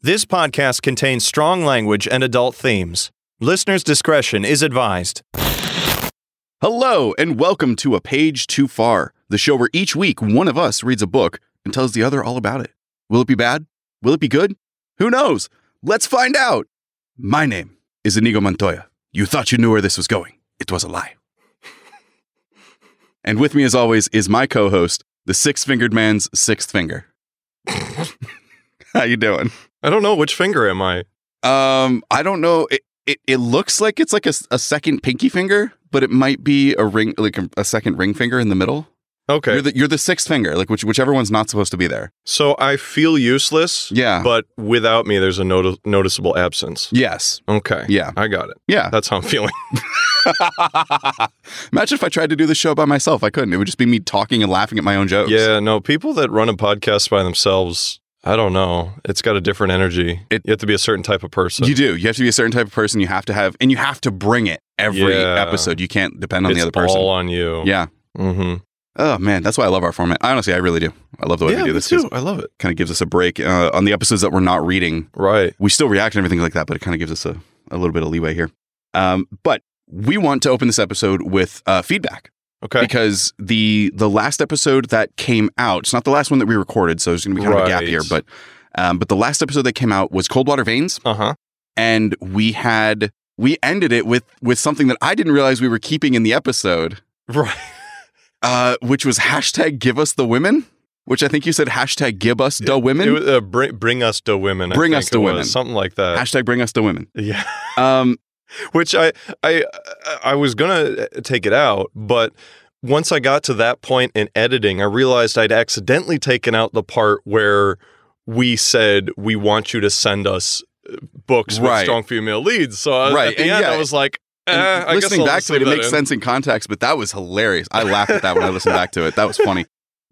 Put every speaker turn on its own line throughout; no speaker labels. This podcast contains strong language and adult themes. Listener's discretion is advised.
Hello, and welcome to A Page Too Far, the show where each week one of us reads a book and tells the other all about it. Will it be bad? Will it be good? Who knows? Let's find out. My name is Inigo Montoya. You thought you knew where this was going, it was a lie. and with me, as always, is my co host, the six fingered man's sixth finger. How you doing?
I don't know which finger am I.
Um, I don't know. It it, it looks like it's like a, s- a second pinky finger, but it might be a ring, like a, a second ring finger in the middle.
Okay.
You're the you're the sixth finger, like which whichever one's not supposed to be there.
so I feel useless,
Yeah.
but without me, there's a noti- noticeable absence.
yes.
Okay.
Yeah.
I got it.
Yeah.
That's how I'm feeling.
Imagine if I tried to do the show by myself. I couldn't. It would just be me talking and laughing at my own jokes.
Yeah. No, people that run a podcast by themselves, I don't know. It's got a different energy.
It-
you have to be a certain type of person.
You do. You have to be a certain type of person. You have to have, and you have to bring it every
Yeah.
episode. You can't depend on
it's
the other person.
all on you.
yeah.
Mm-hmm.
Oh man, that's why I love our format. Honestly, I really do. I love the way
yeah,
we do
me
this.
too. I love it.
Kind of gives us a break uh, on the episodes that we're not reading.
Right.
we still react and everything like that, but it kind of gives us a, a little bit of leeway here. Um, but we want to open this episode with uh, feedback
Okay.
because the the last episode that came out, it's not the last one that we recorded, so there's going to be kind of a gap
Right.
here. But um, but the last episode that came out was Coldwater Veins,
Uh huh.
and we had we ended it with with something that I didn't realize we were keeping in the episode,
Right.
uh, which was hashtag Give Us the Women, which I think you said hashtag Give Us the Women,
It was, uh, bring, bring us to women. I
Bring
think
us
it
to
was.
women.
Something like that.
hashtag Bring Us the Women.
yeah.
Um,
Which I I I was gonna uh, take it out, but once I got to that point in editing, I realized I'd accidentally taken out the part where we said we want you to send us uh, books with
Right.
strong female leads. So I,
Right,
at the
and
end,
yeah,
I was like, eh,
And
I guess
listening
I'll
back
just
to it, it
leave that
makes
in.
sense in context, but that was hilarious. I laughed at that when I listened back to it. That was funny.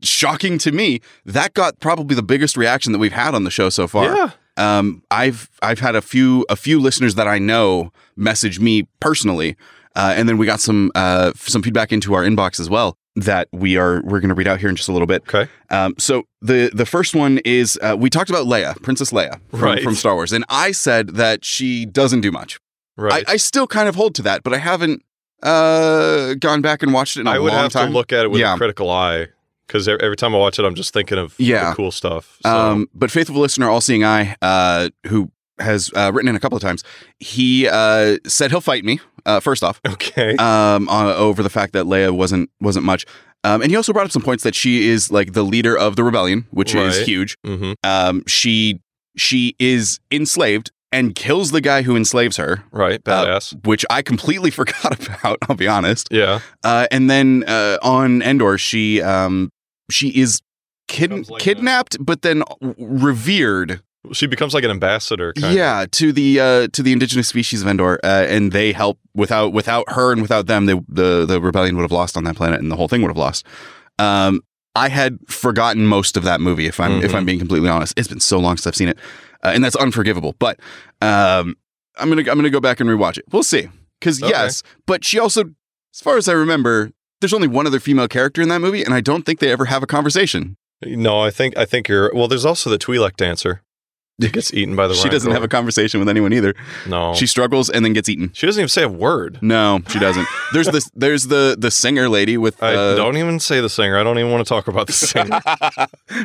Shocking to me. That got probably the biggest reaction that we've had on the show so far.
Yeah.
Um, I've I've had a few a few listeners that I know message me personally, uh, and then we got some uh, some feedback into our inbox as well that we are we're going to read out here in just a little bit.
Okay.
Um, so the the first one is uh, we talked about Leia, Princess Leia from,
Right.
from Star Wars, and I said that she doesn't do much.
Right.
I, I still kind of hold to that, but I haven't uh, gone back and watched it in a
I would
long
have
time.
to look at it with
Yeah.
a critical eye because every time I watch it, I'm just thinking of
Yeah.
the cool stuff. So.
um, but faithful listener, all seeing eye, uh, who has uh, written in a couple of times, he uh, said he'll fight me. Uh, first off,
okay.
um, on, over the fact that Leia wasn't wasn't much, um, and he also brought up some points that she is like the leader of the rebellion, which
Right.
is huge.
hmm
Um, she she is enslaved and kills the guy who enslaves her,
Right.
Uh,
Badass.
which I completely forgot about. I'll be honest.
yeah.
Uh, and then uh, on Endor, she um, she is kid-
Becomes like
kidnapped, but then revered.
She becomes like an ambassador. Kind Of.
yeah, to the uh, to the indigenous species of Endor, uh, and they help without without her and without them, they, the the rebellion would have lost on that planet, and the whole thing would have lost. Um, I had forgotten most of that movie. If I'm if
Mhm.
I'm being completely honest, it's been so long since I've seen it, uh, and that's unforgivable. But um, I'm gonna I'm gonna go back and rewatch it. We'll see. Because
Okay.
yes, but she also, as far as I remember, there's only one other female character in that movie, and I don't think they ever have a conversation.
No, I think I think you're. Well, there's also the Twi'lek dancer. It gets eaten by the.
she doesn't have a
Rancor.
conversation with anyone either.
No.
She
She
struggles and then gets eaten.
she doesn't even say a word.
No, she doesn't. there's this. There's the the singer lady with
I
uh,
don't even say the singer. I don't even want to talk about the singer.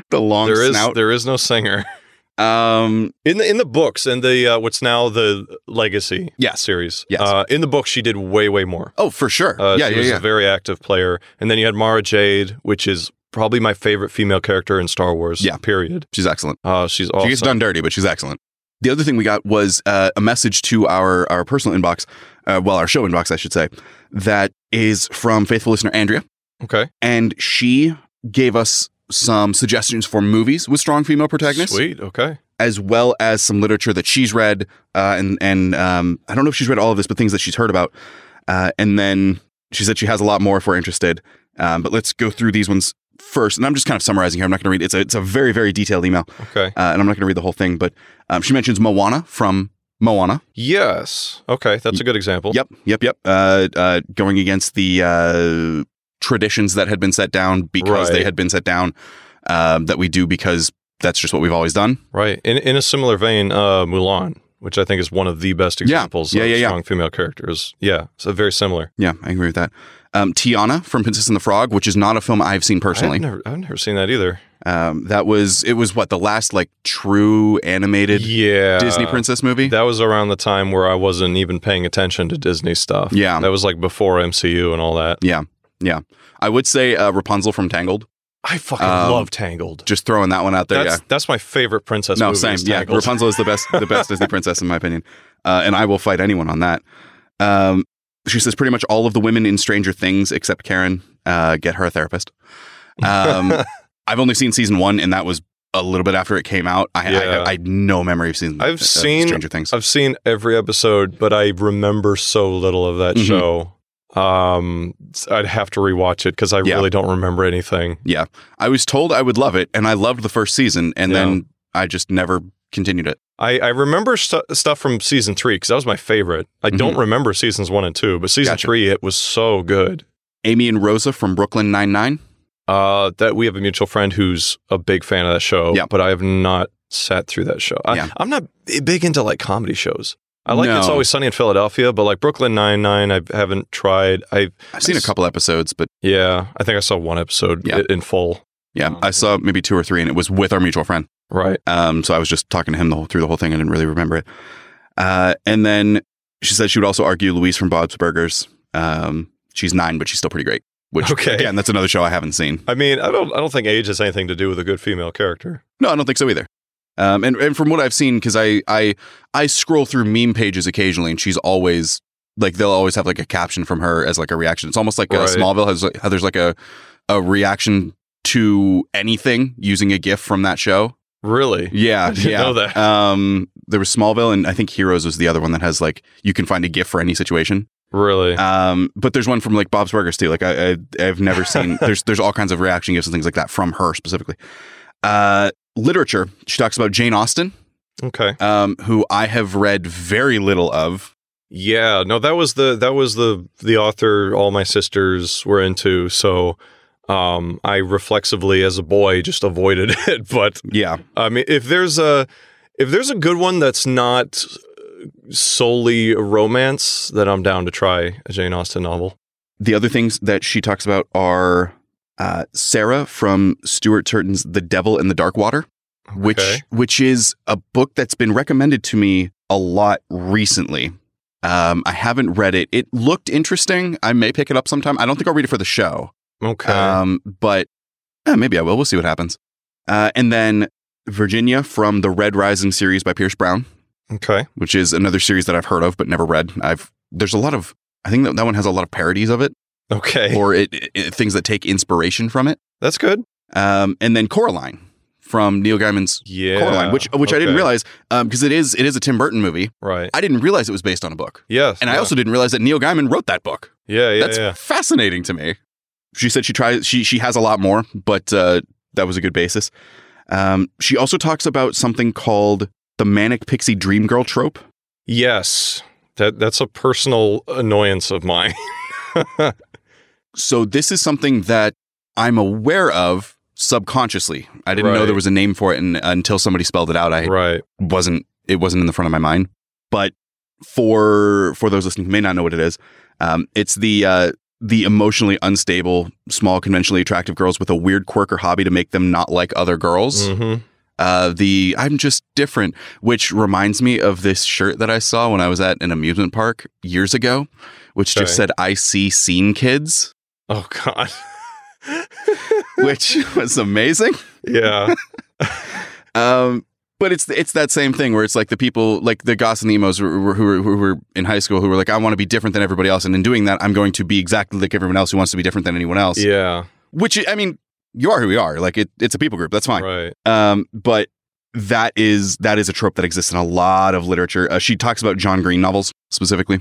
the long
there is
snout.
there is no singer
um,
in the in the books and the uh, what's now the Legacy
Yes.
series.
Yes.
Uh, in the book, she did way way more.
oh, for sure.
Uh,
yeah,
she
yeah,
was
yeah.
a very active player. And then you had Mara Jade, which is probably my favorite female character in Star Wars.
Yeah.
Period.
She's excellent.
Uh, she's awesome.
She gets done dirty, but she's excellent. The other thing we got was uh, a message to our our personal inbox, uh, well, our show inbox, I should say, that is from faithful listener Andrea.
Okay.
and she gave us some suggestions for movies with strong female protagonists,
Sweet. Okay.
as well as some literature that she's read, uh, and and um, I don't know if she's read all of this, but things that she's heard about. Uh, and then she said she has a lot more if we're interested. Um, but let's go through these ones first, and I'm just kind of summarizing here. I'm not going to read it's a it's a very very detailed email,
Okay.
uh, and I'm not going to read the whole thing. But um, she mentions Moana from Moana.
Yes. Okay. That's a good example.
Yep, yep, yep. Uh, uh, going against the uh, traditions that had been set down because they
Right.
had been set down um, that we do because that's just what we've always done.
Right. In in a similar vein, uh, Mulan, which I think is one of the best
Yeah.
examples
Yeah,
of
yeah, yeah.
strong female characters. Yeah. So very similar.
Yeah, I agree with that. Um, Tiana from Princess and the Frog, which is not a film I've seen personally.
I've never, I've never seen that either.
Um, that was it was what the last like true animated
yeah.
Disney princess movie.
That was around the time where I wasn't even paying attention to Disney stuff.
Yeah.
That was like before MCU and all that.
I would say uh, Rapunzel from Tangled.
I fucking
Um,
love Tangled.
Just throwing that one out there.
That's, that's my favorite princess
yeah, no,
movie.
same.
is
Yeah,
Tangled.
Rapunzel is the best the best Disney princess in my opinion, uh, and I will fight anyone on that. Um, she says pretty much all of the women in Stranger Things except Karen. Uh, get her a therapist. Um, I've only seen season one, and that was a little bit after it came out. I
Yeah.
I, I, had no memory of season.
I've
of
seen-
Stranger Things.
I've seen every episode, but I remember so little of that
Mhm.
show. Um, I'd have to rewatch it because I
Yeah.
really don't remember anything.
I was told I would love it, and I loved the first season, and then I just never continued it.
I, I remember stu stuff from season three because that was my favorite. I don't remember seasons one and two, but season
Mm-hmm. Gotcha.
three it was so good.
Amy and Rosa from Brooklyn Nine Nine.
Uh, that we have a mutual friend who's a big fan of that show.
Yeah.
but I have not sat through that show. I,
Yeah.
I'm not big into like comedy shows. I like
No.
It's Always Sunny in Philadelphia, but like Brooklyn Nine Nine, I haven't tried. I
I've seen a couple episodes, but
yeah, I think I saw one episode
Yeah.
i- in full.
yeah,
Oh,
I saw maybe two or three, and it was with our mutual friend.
Right.
Um, so I was just talking to him the whole, through the whole thing. I didn't really remember it. Uh, and then she said she would also argue Louise from Bob's Burgers. Um, she's nine, but she's still pretty great. Which
Okay.
again, that's another show I haven't seen.
I mean, I don't. I don't think age has anything to do with a good female character.
No, I don't think so either. Um, and, and from what I've seen, because I, I I scroll through meme pages occasionally, and she's always like they'll always have like a caption from her as like a reaction. It's almost like uh
Right.
Smallville has like, how there's like a a reaction to anything using a GIF from that show.
Really?
Yeah,
I didn't
yeah.
know that.
Um, there was Smallville, and I think Heroes was the other one that has like you can find a GIF for any situation.
Really?
Um, but there's one from like Bob's Burgers too. Like I, I I've never seen. there's there's all kinds of reaction gifs and things like that from her specifically. Uh, literature. She talks about Jane Austen,
okay.
um, who I have read very little of.
Yeah. No, that was the that was the the author all my sisters were into. So, um, I reflexively as a boy just avoided it. But
Yeah,
I mean, if there's a if there's a good one that's not solely a romance, then I'm down to try a Jane Austen novel.
the other things that she talks about are uh, Sarah from Stuart Turton's The Devil in the Dark Water, which
Okay.
which is a book that's been recommended to me a lot recently. Um, I haven't read it. It looked interesting. I may pick it up sometime. I don't think I'll read it for the show.
Okay.
Um, but eh, maybe I will. We'll see what happens. Uh, and then Virginia from the Red Rising series by Pierce Brown,
okay.
which is another series that I've heard of but never read. I've there's a lot of I think that, that one has a lot of parodies of it
Okay.
or it, it- things that take inspiration from it.
That's good.
Um, and then Coraline from Neil Gaiman's
Yeah.
Coraline, which which I didn't
Okay.
realize because it is it is a Tim Burton movie.
Right.
I didn't realize it was based on a book,
Yes.
and I
yeah.
also didn't realize that Neil Gaiman wrote that book.
yeah yeah
That's
yeah.
fascinating to me. She said she tries she she has a lot more, but uh, that was a good basis. Um, she also talks about something called the manic pixie dream girl trope.
Yes, that that's a personal annoyance of mine.
So this is something that I'm aware of subconsciously. I didn't know
Right.
there was a name for it, and until somebody spelled it out, I
right.
wasn't it wasn't in the front of my mind. But for for those listening who may not know what it is, um, it's the uh, the emotionally unstable, small, conventionally attractive girls with a weird quirk or hobby to make them not like other girls.
hmm
Uh, the I'm just different, which reminds me of this shirt that I saw when I was at an amusement park years ago, which
Okay.
just said "I see scene kids,"
Oh God.
which was amazing.
yeah.
Um, but it's it's that same thing where it's like the people like the goths and the emos who were, who were, who were in high school who were like I want to be different than everybody else, and in doing that, I'm going to be exactly like everyone else who wants to be different than anyone else.
Yeah.
Which I mean, you are who you are. Like it, it's a people group. That's fine.
Right.
Um, but that is that is a trope that exists in a lot of literature. Uh, she talks about John Green novels specifically.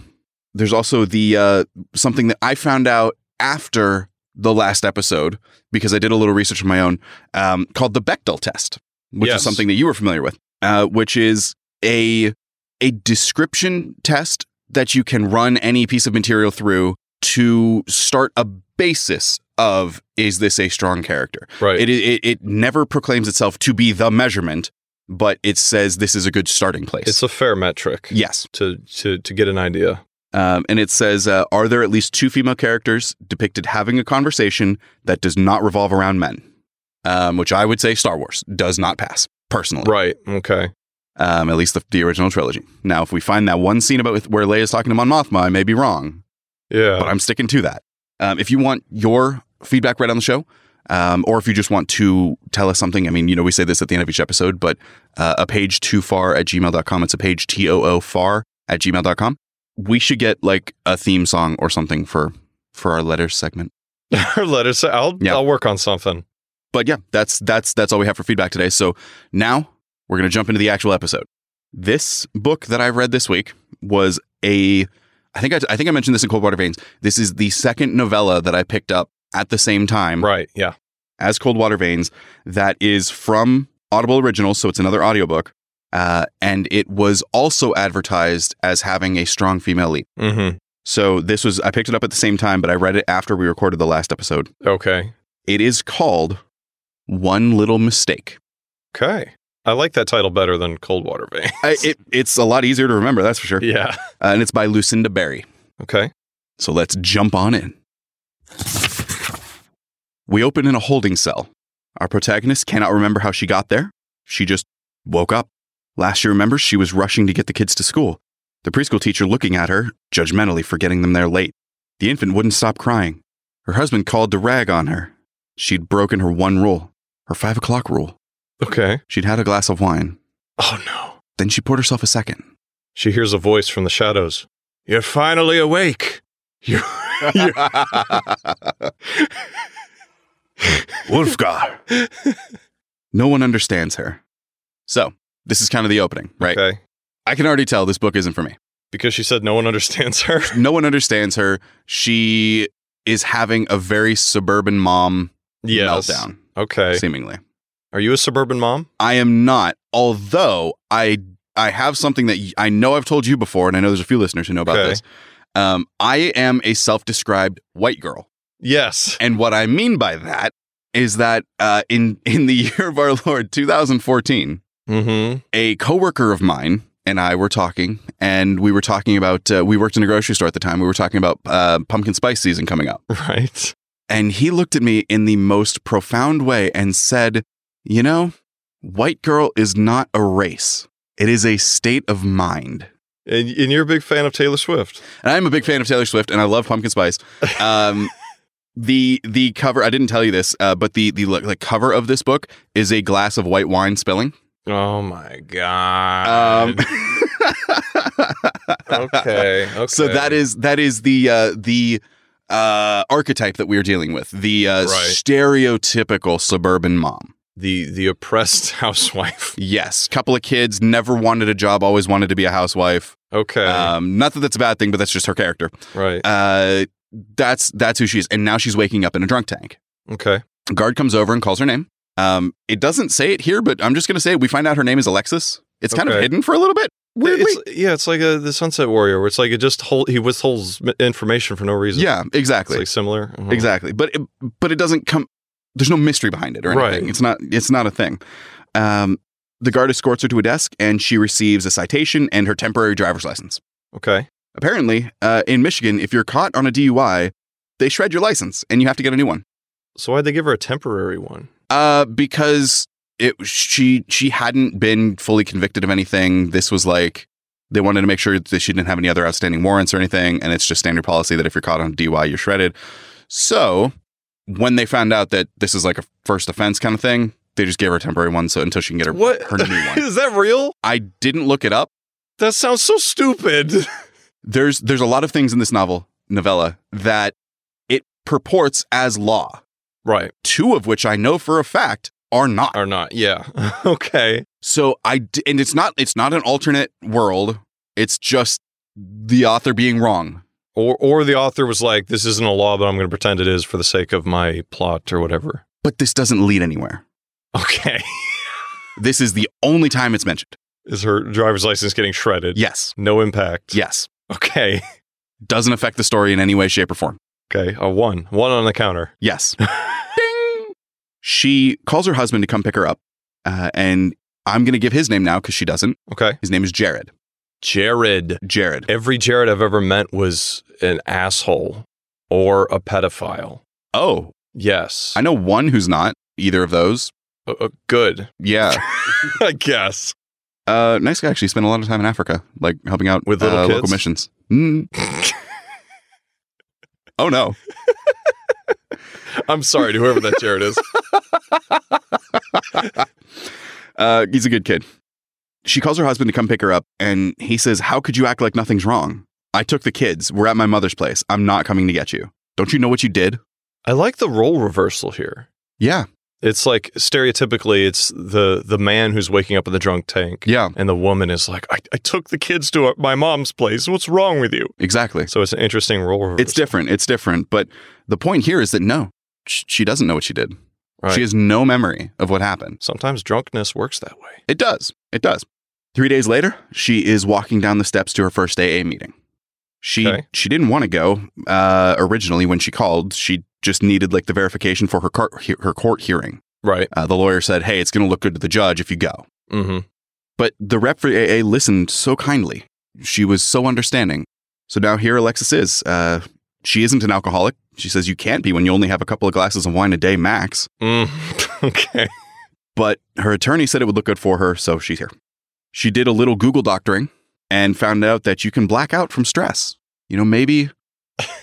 There's also the uh, something that I found out after the last episode because I did a little research of my own um, called the Bechdel test, which
Yes.
is something that you were familiar with, uh, which is a a description test that you can run any piece of material through to start a basis of is this a strong character?
Right.
It, it it never proclaims itself to be the measurement, but it says this is a good starting place.
it's a fair metric
yes.
to, to, to get an idea.
Um, and it says, uh, are there at least two female characters depicted having a conversation that does not revolve around men? Um, which I would say Star Wars does not pass personally.
Right. Okay.
um, at least the, the original trilogy. Now, if we find that one scene about where Leia's talking to Mon Mothma, I may be wrong, but
Yeah.
I'm sticking to that. Um, if you want your feedback right on the show, um, or if you just want to tell us something, I mean, you know, we say this at the end of each episode, but uh, a page too far at gmail.com. It's a page T O O far at gmail.com. We should get like a theme song or something for for our letters segment.
Our letters. I'll,
Yeah.
I'll work on something.
but yeah, that's that's that's all we have for feedback today. So now we're gonna jump into the actual episode. This book that I read this week was a I think I, I think I mentioned this in Cold Water Veins. This is the second novella that I picked up at the same time
Right. Yeah.
as Cold Water Veins that is from Audible Originals, so it's another audiobook. Uh, and it was also advertised as having a strong female lead.
Mm
So this was I picked it up at the same time, but I read it after we recorded the last episode.
hmm. Okay.
It is called One Little Mistake.
Okay. I like that title better than Cold Water Veins.
I, it, it's a lot easier to remember, that's for sure.
yeah.
Uh, and it's by Lucinda Berry.
Okay.
So let's jump on in. We open in a holding cell. Our protagonist cannot remember how she got there. She just woke up. Last she remembers, she was rushing to get the kids to school. The preschool teacher looking at her, judgmentally for getting them there late. The infant wouldn't stop crying. Her husband called to rag on her. She'd broken her one rule, her five o'clock rule.
Okay.
She'd had a glass of wine.
Oh, no.
Then she poured herself a second.
She hears a voice from the shadows. You're finally awake. You.
Wolfgar. no one understands her. So, this is kind of the opening, right?
Okay.
I can already tell this book isn't for me.
Because she said no one understands her.
No one understands her. She is having a very suburban mom
Yes.
meltdown,
Okay.
seemingly.
Are you a suburban mom?
I am not, although I I have something that y- I know I've told you before, and I know there's a few listeners who know about
Okay.
this. Um, I am a self-described white girl.
Yes.
And what I mean by that is that uh, in in the year of our Lord 2014,
Mm
a coworker of mine and I were talking, and we were talking about uh, we worked in a grocery store at the time. We were talking about uh, pumpkin spice season coming up,
hmm. Right.
and he looked at me in the most profound way and said, "You know, white girl is not a race." It is a state of mind.
And, and you're a big fan of Taylor Swift.
And I'm a big fan of Taylor Swift and I love pumpkin spice. um the the cover i didn't tell you this uh, but the the like cover of this book is a glass of white wine spilling
Oh, my God.
um
Ah, okay. Okay.
so that is that is the uh the uh archetype that we're dealing with the uh
Right.
stereotypical suburban mom
the the oppressed housewife.
yes couple of kids never wanted a job always wanted to be a housewife
Okay.
um not that that's a bad thing but that's just her character
right.
uh that's that's who she is and now she's waking up in a drunk tank
Okay.
guard comes over and calls her name. Um, it doesn't say it here, but I'm just going to say it. we find out her name is Alexis. It's kind of
Okay.
hidden for a little bit. Weirdly.
It's, yeah, it's like a, the Sunset Warrior, where it's like it just hold, he withholds m- information for no reason.
yeah,
it's
exactly,
like similar. Mhm.
exactly. But it, but it doesn't come. There's no mystery behind it or
Right.
anything. It's not it's not a thing. Um, the guard escorts her to a desk, and she receives a citation and her temporary driver's license.
Okay.
Apparently, uh, in Michigan, if you're caught on a DUI, they shred your license and you have to get a new one.
So why'd they give her a temporary one?
Uh, because it she she hadn't been fully convicted of anything. This was like they wanted to make sure that she didn't have any other outstanding warrants or anything, and it's just standard policy that if you're caught on DUI, you're shredded. So when they found out that this is like a first offense kind of thing, they just gave her a temporary one so until she can get her
What
her new one.
is that real?
I didn't look it up.
That sounds so stupid.
There's there's a lot of things in this novel novella that it purports as law,
Right.
two of which I know for a fact are not.
Or not. Yeah. okay.
So I d- and it's not it's not an alternate world. It's just the author being wrong.
Or or the author was like, this isn't a law, but I'm going to pretend it is for the sake of my plot or whatever.
But this doesn't lead anywhere.
Okay.
This is the only time it's mentioned.
is her driver's license getting shredded?
Yes.
No impact.
Yes.
Okay.
Doesn't affect the story in any way shape or form.
Okay, a one, one on the counter.
Yes. Ding! She calls her husband to come pick her up. Uh, and I'm going to give his name now because she doesn't.
Okay,
His name is Jared.
Jared.
Jared.
Every Jared I've ever met was an asshole or a pedophile.
Oh,
Yes,
I know one who's not either of those.
Uh, uh, good.
Yeah.
I guess.
Uh, nice guy actually spent a lot of time in Africa, like helping out
With little
uh,
kids?
local missions. Mm. oh, no.
I'm sorry to whoever that Jared is.
Uh, he's a good kid. She calls her husband to come pick her up, and he says, How could you act like nothing's wrong? I took the kids. We're at my mother's place. I'm not coming to get you. Don't you know what you did?
I like the role reversal here.
Yeah.
It's like stereotypically, it's the the man who's waking up in the drunk tank,
Yeah.
and the woman is like, "I, I took the kids to uh, my mom's place. What's wrong with you?"
Exactly.
So it's an interesting role reversal.
It's different. It's different. But the point here is that no, sh- she doesn't know what she did.
Right.
She has no memory of what happened.
Sometimes drunkenness works that way.
It does. It does. Three days later, she is walking down the steps to her first AA meeting. She
Okay.
she didn't want to go uh, originally when she called. She just needed like the verification for her court, he- her court hearing.
Right.
Uh, the lawyer said, "Hey, it's going to look good to the judge if you go."
Mm-hmm.
But the rep for AA listened so kindly. She was so understanding. So now here Alexis is. Uh, she isn't an alcoholic. She says you can't be when you only have a couple of glasses of wine a day max.
Mm. okay.
But her attorney said it would look good for her, so she's here. She did a little Google doctoring and found out that you can black out from stress. You know, maybe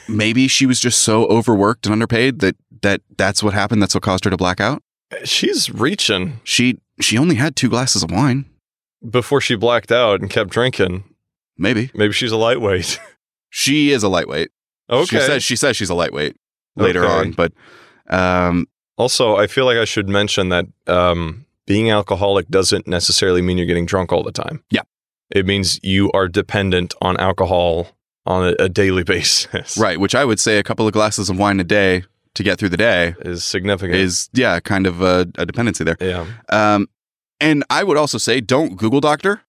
maybe she was just so overworked and underpaid that that that's what happened that's what caused her to black out.
She's reaching
She she only had two glasses of wine,
before she blacked out and kept drinking.
maybe.
Maybe she's a lightweight.
She is a lightweight.
okay.
She says she says she's a lightweight later
Okay.
on, but um
also, I feel like I should mention that um, being alcoholic doesn't necessarily mean you're getting drunk all the time.
Yeah.
It means you are dependent on alcohol on a, a daily basis.
right, which I would say a couple of glasses of wine a day to get through the day
Is significant.
is yeah, kind of a, a dependency there.
yeah.
Um and I would also say don't Google doctor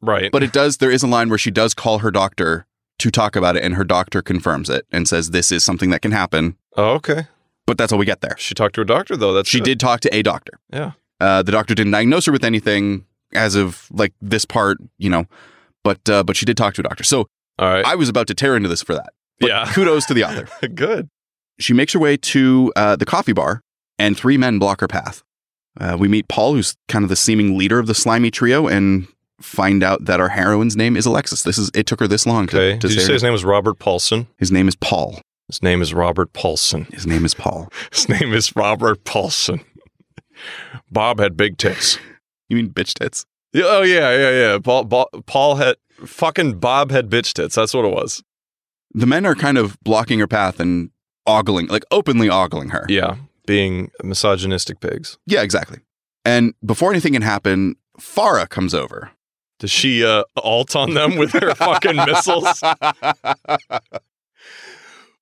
Right.
But it does. There is a line where she does call her doctor to talk about it, and her doctor confirms it and says this is something that can happen.
oh, okay.
But that's all we get there.
She talked to a doctor though. That's
She
good.
did talk to a doctor.
Yeah.
Uh, the doctor didn't diagnose her with anything as of like this part, you know. But uh, but she did talk to a doctor. So
All right.
I was about to tear into this for that. But
yeah.
Kudos to the author.
good.
She makes her way to uh, the coffee bar, and three men block her path. Uh, we meet Paul, who's kind of the seeming leader of the slimy trio, and find out that our heroine's name is Alexis. This is it took her this long to,
Okay.
to
Did you
say her
say his name was Robert Paulson?
His name is Paul.
His name is Robert Paulson.
His name is Paul.
His name is Robert Paulson. Bob had big tits.
You mean bitch tits?
Yeah, Oh yeah, yeah, yeah. Paul, Paul, Paul had fucking Bob had bitch tits. That's what it was.
The men are kind of blocking her path and ogling, like openly ogling her.
Yeah, being misogynistic pigs.
Yeah, exactly. And before anything can happen, Farah comes over.
Does she uh, alt on them with her fucking missiles?
I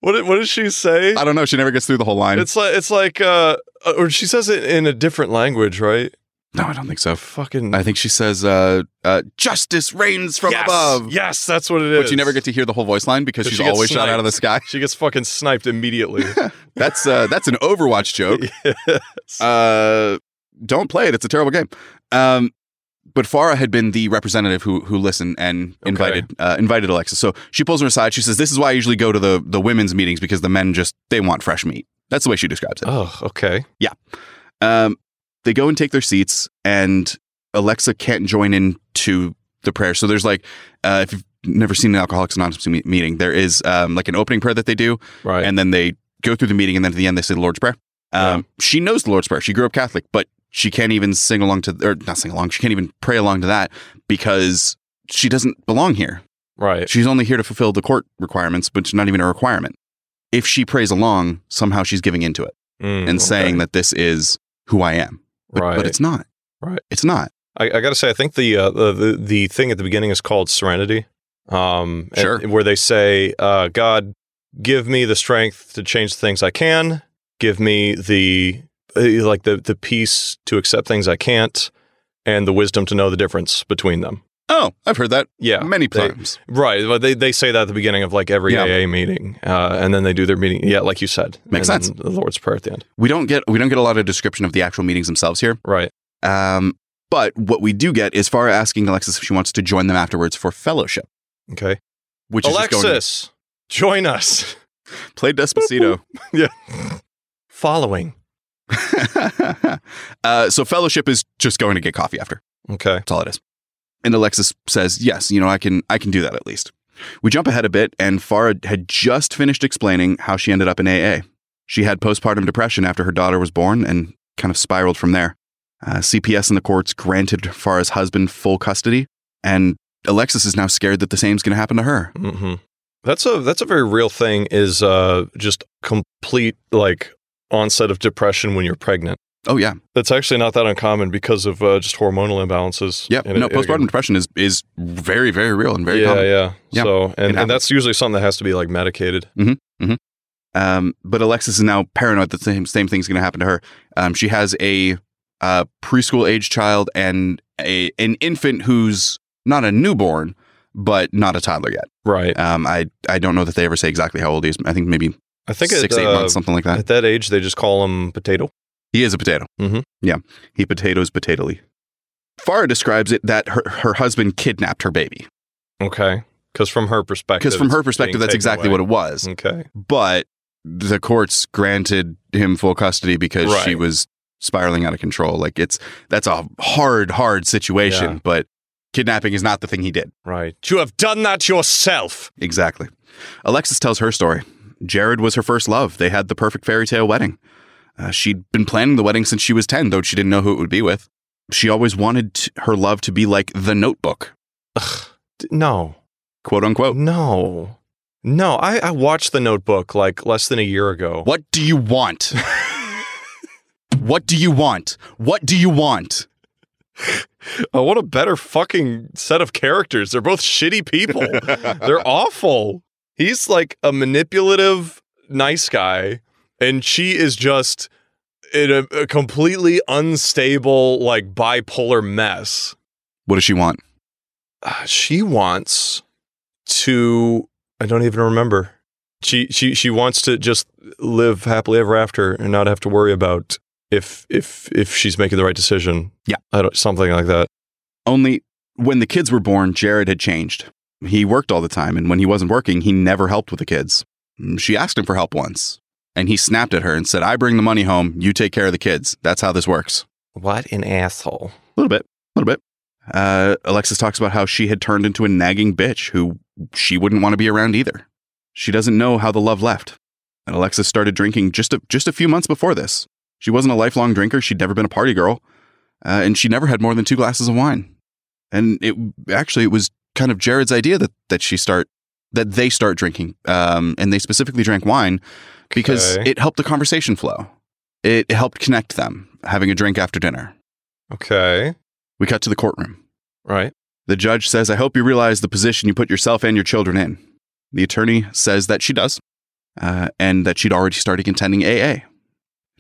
What did, what does she say?
don't know. She never gets through the whole line.
It's like it's like, uh, or she says it in a different language, right?
no, I don't think so.
Fucking
I think she says, uh, uh, justice reigns from
yes!
above.
Yes, that's what it is.
But you never get to hear the whole voice line because
But
she's
she gets
always shot out of the sky.
She gets fucking sniped immediately.
That's uh, that's an Overwatch joke. Uh, don't play it. It's a terrible game. Um, but Farah had been the representative who who listened and invited uh, invited Alexis. So she pulls her aside. She says, "This is why I usually go to the the women's meetings because the men just they want fresh meat." That's the way she describes it.
oh, okay.
Um, they go and take their seats, and Alexa can't join in to the prayer. So there's like, uh, if you've never seen an Alcoholics Anonymous me- meeting, there is um, like an opening prayer that they do,
Right.
and then they go through the meeting, and then at the end they say the Lord's Prayer. Um, She knows the Lord's Prayer. She grew up Catholic, but she can't even sing along to, or not sing along. She can't even pray along to that because she doesn't belong here.
right.
She's only here to fulfill the court requirements, but it's not even a requirement. If she prays along, somehow she's giving into it
Mm,
and saying
okay.
that this is who I am, but,
right.
but it's not.
Right.
It's not.
I, I got to say, I think the, uh, the the the thing at the beginning is called Serenity. Um, and-
Sure.
where they say, uh, "God, give me the strength to change the things I can. Give me the uh, like the the peace to accept things I can't, and the wisdom to know the difference between them."
Oh, I've heard that
Yeah.
many
They-
times.
Right. Well, they, they say that at the beginning of like every
Mm-hmm. Yeah.
AA meeting, uh, and then they do their meeting. Yeah, like you said,
Makes
And
sense.
then The Lord's Prayer at the end.
we don't get we don't get a lot of description of the actual meetings themselves here.
Right.
Um, but what we do get is Farah asking Alexis if she wants to join them afterwards for fellowship,
Okay.
which is just going
Alexis, join us.
to play Despacito.
Following.
uh, so fellowship is just going to get coffee after.
Okay.
That's all it is. And Alexis says, "Yes, you know, I can I can do that at least." We jump ahead a bit and Farah had just finished explaining how she ended up in AA. She had postpartum depression after her daughter was born and kind of spiraled from there. Uh, CPS and the courts granted Farah's husband full custody, and Alexis is now scared that the same's going to happen to her.
hmm That's a that's a very real thing. Is uh, just complete like onset of depression when you're pregnant.
Oh yeah,
That's actually not that uncommon because of uh, just hormonal imbalances.
yeah.
And
no,
it-
postpartum depression is is very very real and very
yeah,
common.
yeah,
Yeah,
So,
it
and,
happens.
and that's usually something that has to be like medicated.
Um, but Alexis is now paranoid that the same, same thing's going to happen to her. Um, she has a uh, preschool age child and a an infant who's not a newborn, but not a toddler yet.
Right.
Um, I I don't know that they ever say exactly how old he is. I think maybe
I think
six
at,
eight
uh,
months, something like that.
at that age they just call them potato.
He is a potato.
Mhm.
Yeah, he potatoes potatily. Farah describes it that her, her husband kidnapped her baby
Okay. Because from her perspective,
because from her
it's
perspective
being
that's
taken
exactly
away.
what it was.
Okay.
but the courts granted him full custody because she
Right.
was spiraling out of control. Like it's that's a hard, hard situation,
Yeah.
but kidnapping is not the thing he did.
Right. You have done that yourself.
Exactly. Alexis tells her story. Jared was her first love. They had the perfect fairy tale wedding. Uh, she'd been planning the wedding since she was 10, though she didn't know who it would be with. She always wanted t- her love to be like the notebook,
D- No.
quote unquote.
No. No. I, I watched The Notebook like less than a year ago.
What do you want? what do you want? What do you want?
Oh, what a better fucking set of characters. They're both shitty people. They're awful. He's like a manipulative, nice guy, and she is just in a, a completely unstable, like bipolar mess.
What does she want?
Uh, she wants to. I don't even remember. She she she wants to just live happily ever after and not have to worry about if if if she's making the right decision.
Yeah.
I don't, something like that.
Only when the kids were born, Jared had changed. He worked all the time, and when he wasn't working, he never helped with the kids. Mm, She asked him for help once, and he snapped at her and said, I bring the money home, you take care of the kids. That's how this works.
What an asshole.
A little bit, a little bit. Uh, Alexis talks about how she had turned into a nagging bitch who she wouldn't want to be around either. She doesn't know how the love left. And Alexis started drinking just a, just a few months before this. She wasn't a lifelong drinker. She'd never been a party girl, uh, and she never had more than two glasses of wine. And it actually it was kind of Jared's idea that that she start that they start drinking, um, and they specifically drank wine because
Okay.
it helped the conversation flow. It helped connect them having a drink after dinner.
Okay.
We cut to the courtroom.
Right.
The judge says, I hope you realize the position you put yourself and your children in. The attorney says that she does, uh, and that she'd already started contending AA.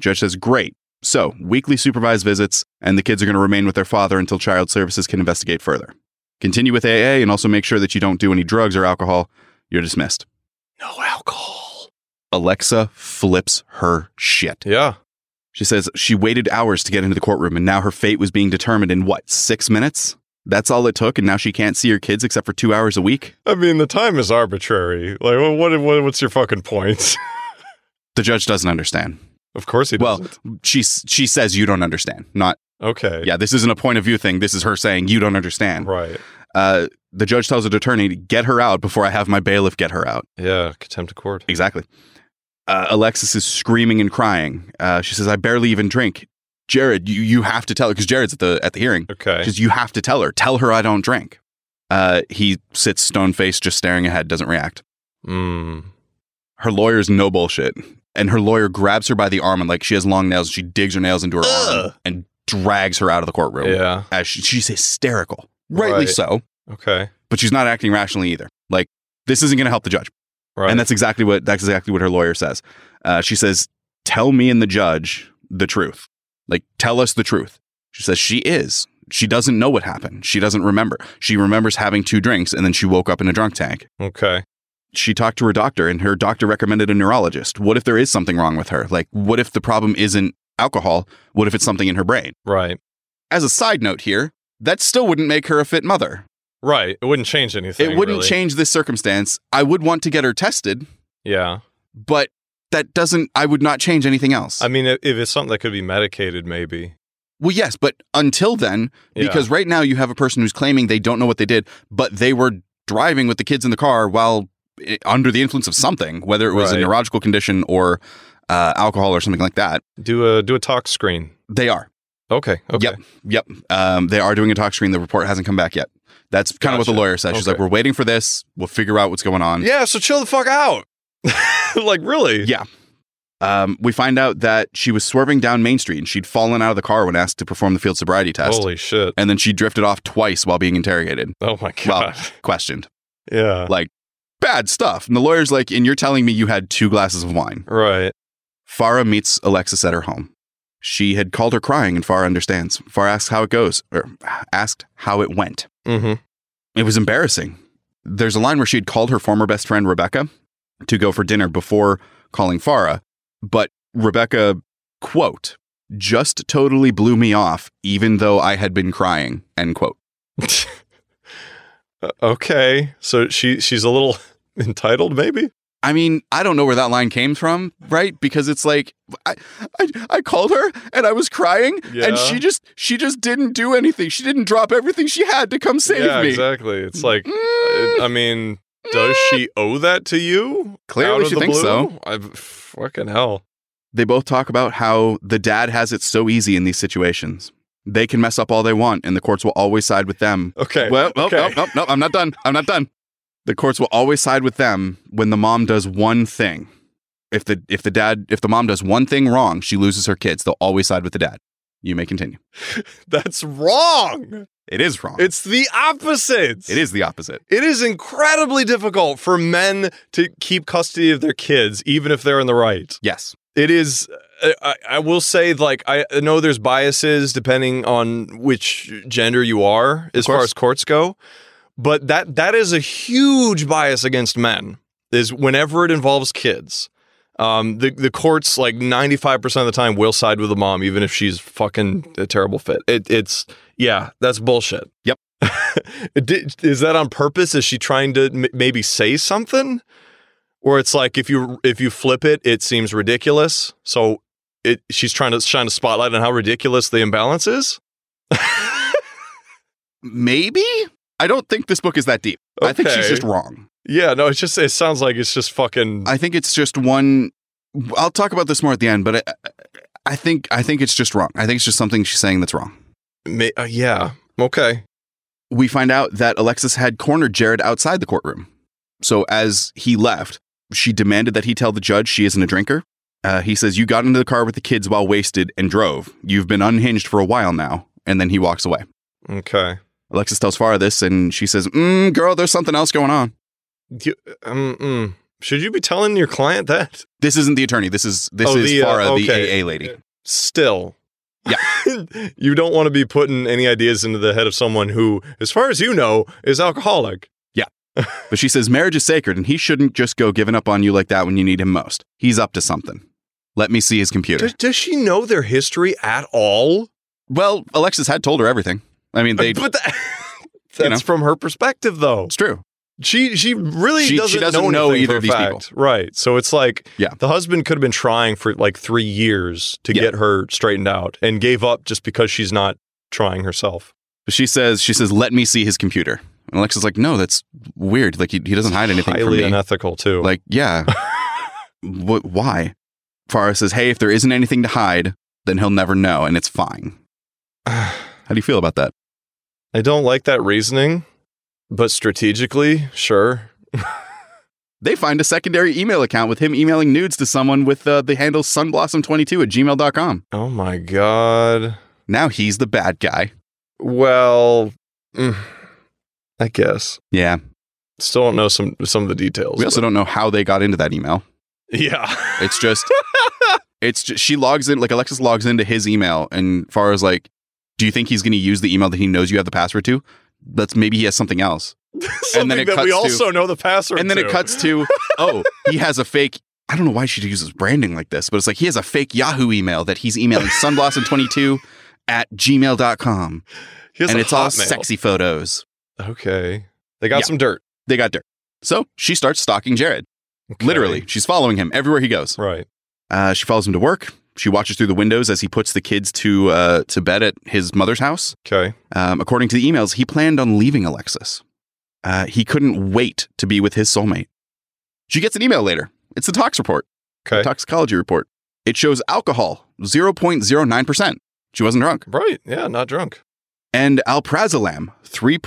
Judge says, Great. So, weekly supervised visits, and the kids are going to remain with their father until child services can investigate further. Continue with AA and also make sure that you don't do any drugs or alcohol. You're dismissed.
No alcohol.
Alexa flips her shit.
Yeah.
She says she waited hours to get into the courtroom, and now her fate was being determined in what, six minutes? That's all it took, and now she can't see her kids except for two hours a week?
I mean, the time is arbitrary. Like, wha- what, what what's your fucking point?
The judge doesn't understand.
of course he
Well-
doesn't.
She she says you don't understand. Not
okay.
yeah. This isn't a point of view thing. This is her saying you don't understand.
Right.
Uh, the judge tells her attorney to get her out before I have my bailiff get her out.
Yeah. Contempt of court.
Exactly. Uh, Alexis is screaming and crying. Uh, she says I barely even drink. Jared, you you have to tell her because Jared's at the at the hearing.
Okay.
Because you have to tell her. Tell her I don't drink. Uh, he sits stone faced, just staring ahead, doesn't react.
Mm.
Her lawyer's no bullshit. And her lawyer grabs her by the arm and like she has long nails and she digs her nails into her arm
Ugh.
and drags her out of the courtroom.
Yeah.
As she, she's hysterical. Rightly
Right.
so.
Okay.
But she's not acting rationally either. Like this isn't going to help the judge.
Right.
And that's exactly what that's exactly what her lawyer says. Uh, she says, "Tell me and the judge the truth. Like tell us the truth." She says she is She doesn't know what happened. She doesn't remember. She remembers having two drinks and then she woke up in a drunk tank.
Okay.
she talked to her doctor and her doctor recommended a neurologist. What if there is something wrong with her? Like, what if the problem isn't alcohol? What if it's something in her brain?
Right.
As a side note here, that still wouldn't make her a fit mother.
Right. It wouldn't change anything.
it wouldn't
really.
change this circumstance. I would want to get her tested,
Yeah.
but that doesn't, I would not change anything else.
I mean, if if it's something that could be medicated, maybe.
well, yes, but until then,
Yeah.
because right now you have a person who's claiming they don't know what they did, but they were driving with the kids in the car while eh, under the influence of something, whether it was a
Right.
neurological condition or uh, alcohol or something like that.
do a do a talk screen.
They are.
Okay. Okay.
Yep. Yep. Um, they are doing a talk screen. The report hasn't come back yet. That's kind of what
Gotcha.
the lawyer says. She's
Okay.
like, we're waiting for this. We'll figure out what's going on.
Yeah. So chill the fuck out. like really?
Yeah. Um, we find out that she was swerving down Main Street and she'd fallen out of the car when asked to perform the field sobriety test.
Holy shit.
And then she drifted off twice while being interrogated,
Oh my
Well-
god.
questioned.
yeah.
Bad stuff. And the lawyer's like, and you're telling me you had two glasses of wine.
Right.
Farah meets Alexis at her home. She had called her crying and Farah understands. Farah asks how it goes, or asked how it went.
Mm-hmm.
It was embarrassing. There's a line where she had called her former best friend Rebecca to go for dinner before calling Farah, but Rebecca, quote, just totally blew me off, even though I had been crying, end quote.
okay. So she she's a little entitled, maybe.
I mean, I don't know where that line came from, right? Because it's like I, I, I called her and I was crying,
Yeah.
and she just she just didn't do anything. She didn't drop everything she had to come save
yeah.
me.
Exactly. It's like,
Mm,
I I mean, does she owe that to you?
Clearly
Out of
she
the
thinks
blue?
so.
I fucking hell.
they both talk about how the dad has it so easy in these situations. They can mess up all they want, and the courts will always side with them.
Okay.
Well, oh, nope,
Eh, okay.
nope, nope, nope, I'm not done. I'm not done. The courts will always side with them when the mom does one thing. If the if the dad if the mom does one thing wrong, she loses her kids. They'll always side with the dad. You may continue.
That's wrong.
It is wrong.
It's the opposite.
it is the opposite.
It is incredibly difficult for men to keep custody of their kids, even if they're in the right.
Yes.
It is. I- I, I will say, like, I know there's biases depending on which gender you are, as far
course.
as courts go, but that that is a huge bias against men. Is whenever it involves kids, um, the the courts like 95 percent of the time will side with the mom, even if she's fucking a terrible fit. It, it's yeah, that's bullshit.
Yep.
Did- is that on purpose? Is she trying to m- maybe say something? Or it's like if you if you flip it, it seems ridiculous. So it she's trying to shine a spotlight on how ridiculous the imbalance is.
Maybe? I don't think this book is that deep. I think she's
Okay.
just wrong.
Yeah, no, it's just it sounds like it's just fucking
I think it's just one. I'll talk about this more at the end, but I, I think I think it's just wrong. I think it's just something she's saying that's wrong.
ma- uh, yeah. Okay.
We find out that Alexis had cornered Jared outside the courtroom. So as he left, she demanded that he tell the judge she isn't a drinker. Uh, he says, "You got into the car with the kids while wasted and drove. You've been unhinged for a while now." And then he walks away.
Okay.
Alexis tells Farah this, and she says, mm, "Girl, there's something else going on."
Do you- um, mm. should you be telling your client that?
This isn't the attorney. This is this
Oh,
is
the, uh,
Farah,
okay.
the AA lady.
Still.
Yeah.
you don't want to be putting any ideas into the head of someone who, as far as you know, is alcoholic.
But she says marriage is sacred and he shouldn't just go giving up on you like that when you need him most. He's up to something. Let me see his computer.
Does, does she know their history at all?
well, Alexis had told her everything. I mean, they,
but that, that's
know.
from her perspective, though.
it's true.
She she really
She- she
doesn't,
doesn't
know,
know
anything
either
for
of
a
these
fact. right? So it's like,
Yeah.
the husband could have been trying for like three years to
Yeah.
get her straightened out, and gave up just because she's not trying herself.
But she says, she says, let me see his computer. And Alexis is like, no, that's weird. Like he, he doesn't hide anything from
Highly
me.
unethical too.
Like, yeah. what, why? Farah says, hey, if there isn't anything to hide, then he'll never know and it's fine.
I
How do you feel about that?
don't like that reasoning, but strategically, sure.
They find a secondary email account with him emailing nudes to someone with uh, the handle sunblossom22 at gmail.com.
Oh my god.
Now he's the bad guy.
Well, mm, I guess
Yeah.
still don't know some some of the details.
We also don't know how they got into that email.
but- yeah.
It's just, it's just, she logs in, like Alexis logs into his email, and Farah's like, Do you think he's going to use the email that he knows you have the password to? Let's maybe he has something else.
Something
then it
that we
cuts to-
also know the password.
and then it
to.
cuts to, oh, he has a fake. I don't know why she uses branding like this, but it's like he has a fake Yahoo email that he's emailing sunblossom22 at gmail.com.
He has
and
a
it's all
Hotmail.
sexy photos.
Okay, they got
Yeah.
some dirt.
They got dirt. So she starts stalking Jared.
Okay.
Literally, she's following him everywhere he goes.
Right.
Uh, she follows him to work. She watches through the windows as he puts the kids to uh, to bed at his mother's house.
Okay.
Um, according to the emails, he planned on leaving Alexis. Uh, he couldn't wait to be with his soulmate. She gets an email later. It's the tox report,
Okay.
toxicology report. It shows alcohol, 0.09%. She wasn't drunk.
Right. Yeah. Not drunk.
And alprazolam,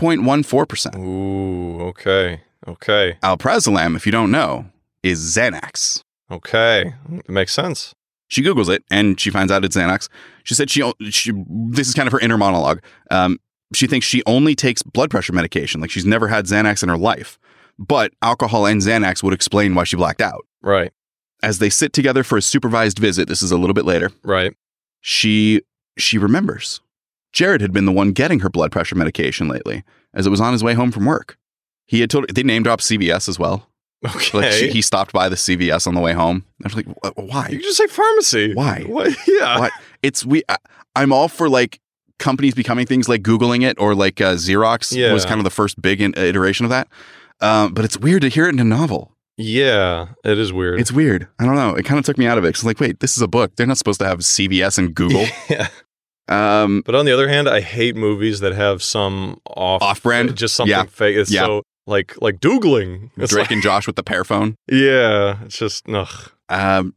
3.14%.
Ooh. Okay. Okay.
Alprazolam, if you don't know, is Xanax.
Okay. It makes sense.
She Googles it and she finds out it's Xanax. She said she, she this is kind of her inner monologue. Um, she thinks she only takes blood pressure medication. Like she's never had Xanax in her life. But alcohol and Xanax would explain why she blacked out.
Right.
As they sit together for a supervised visit, this is a little bit later,
Right.
she she remembers. Jared had been the one getting her blood pressure medication lately, as it was on his way home from work. He had told her they name dropped CVS as well.
Okay.
Like she, he stopped by the CVS on the way home. I was like, "Wh- why?
you can just say pharmacy.
Why?
What? Yeah.
Why- it's we I, i'm all for like companies becoming things like googling it or like uh, xerox
Yeah.
was kind of the first big in, iteration of that um, but it's weird to hear it in a novel
Yeah. It is weird.
it's weird i don't know it kind of took me out of it 'cause like wait this is a book they're not supposed to have cvs and google
Yeah.
um,
But on the other hand, I hate movies that have some off
Off-brand?
just something
Yeah.
fake. It's
Yeah.
so like like doogling. It's
drake
like,
and josh with the paraphone
yeah, it's just ugh.
um,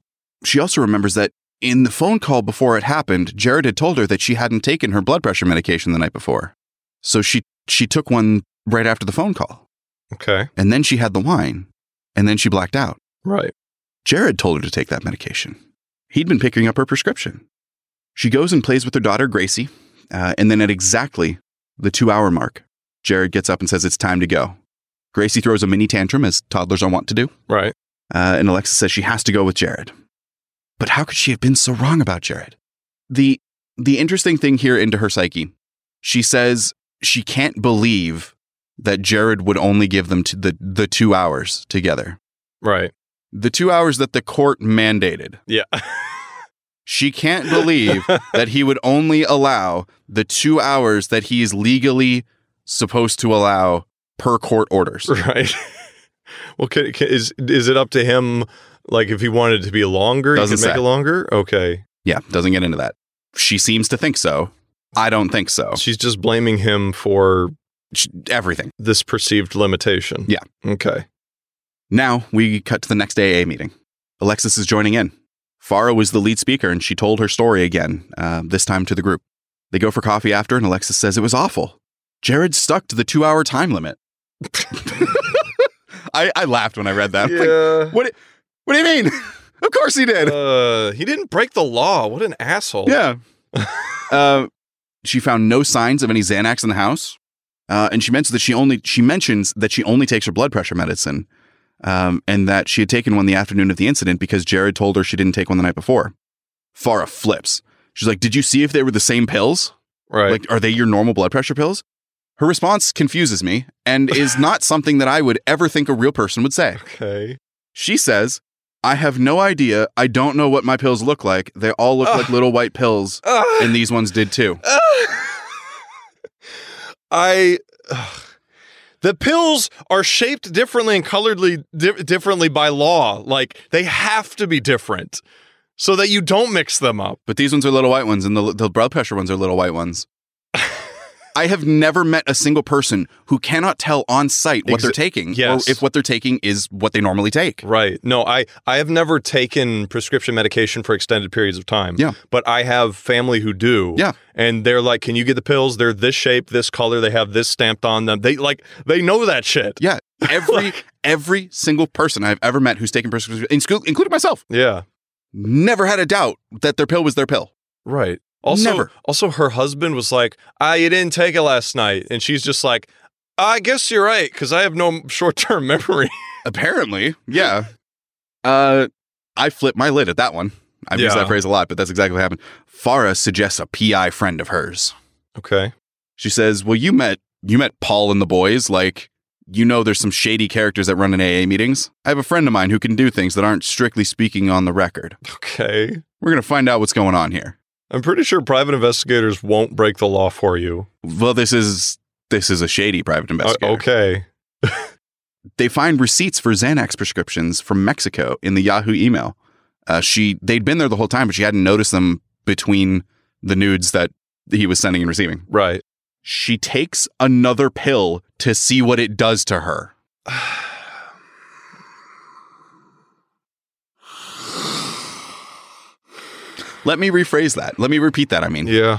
she also remembers that in the phone call before it happened jared had told her that she hadn't taken her blood pressure medication the night before so she she took one right after the phone call
Okay,
and then she had the wine, and then she blacked out.
right.
Jared told her to take that medication. He'd been picking up her prescription. She goes and plays with her daughter, Gracie, uh, and then at exactly the two hour mark, Jared gets up and says it's time to go. Gracie throws a mini tantrum, as toddlers are wont to do,
Right.
uh, and Alexa says she has to go with Jared. But how could she have been so wrong about Jared? The, the interesting thing here into her psyche, she says she can't believe that Jared would only give them t- the, the two hours together.
Right.
The two hours that the court mandated.
Yeah.
She can't believe that he would only allow the two hours that he is legally supposed to allow per court orders.
right. well, can, can, is is it up to him? Like, if he wanted it to be longer,
Doesn't
he could make
say.
it longer. Okay.
Yeah, doesn't get into that. She seems to think so. I don't think so.
She's just blaming him for
Sh- Everything.
this perceived limitation.
Yeah.
Okay.
Now we cut to the next AA meeting. Alexis is joining in. Farah was the lead speaker, and she told her story again, uh, this time to the group. They go for coffee after, and Alexis says it was awful. Jared stuck to the two hour time limit. I, I laughed when I read that. I'm like,
yeah.
what, do- what do you mean? of course he did.
uh, he didn't break the law. What an asshole.
Yeah. uh, she found no signs of any Xanax in the house, uh, and she mentions that she only she mentions that she only takes her blood pressure medicine, um, and that she had taken one the afternoon of the incident because Jared told her she didn't take one the night before. Farah flips. She's like, "Did you see if they were the same pills?
Right.
Like, are they your normal blood pressure pills?" Her response confuses me and is not something that I would ever think a real person would say.
okay.
She says, "I have no idea. I don't know what my pills look like. They all look
Ugh.
like little white pills."
Ah.
and these ones did too.
I. ugh. The pills are shaped differently and coloredly di- differently by law. Like they have to be different, so that you don't mix them up.
But these ones are little white ones, and the, the blood pressure ones are little white ones. I have never met a single person who cannot tell on site what
Exa-
they're taking
yes.
or if what they're taking is what they normally take.
Right. No, I I have never taken prescription medication for extended periods of time.
Yeah.
But I have family who do.
Yeah.
And they're like, "Can you get the pills? They're this shape, this color. They have this stamped on them. They like they know that shit."
Yeah. Every every single person I've ever met who's taken prescription, in school, including myself,
Yeah.
never had a doubt that their pill was their pill.
Right. Also,
Never.
also, her husband was like, "Ah, you didn't take it last night," and she's just like, "I guess you're right because I have no short-term memory."
Apparently, yeah. Uh, I flipped my lid at that one. I've used
Yeah.
that phrase a lot, but that's exactly what happened. Farah suggests a PI friend of hers.
Okay.
She says, "Well, you met you met Paul and the boys. Like, you know, there's some shady characters that run in AA meetings. I have a friend of mine who can do things that aren't strictly speaking on the record.
Okay.
We're gonna find out what's going on here.
I'm pretty sure private investigators won't break the law for you.
Well, this is this is a shady private
Uh,
investigator.
okay.
They find receipts for Xanax prescriptions from Mexico in the Yahoo email. Uh, she they'd been there the whole time, but she hadn't noticed them between the nudes that he was sending and receiving.
Right.
She takes another pill to see what it does to her. Let me rephrase that. Let me repeat that. I mean,
Yeah.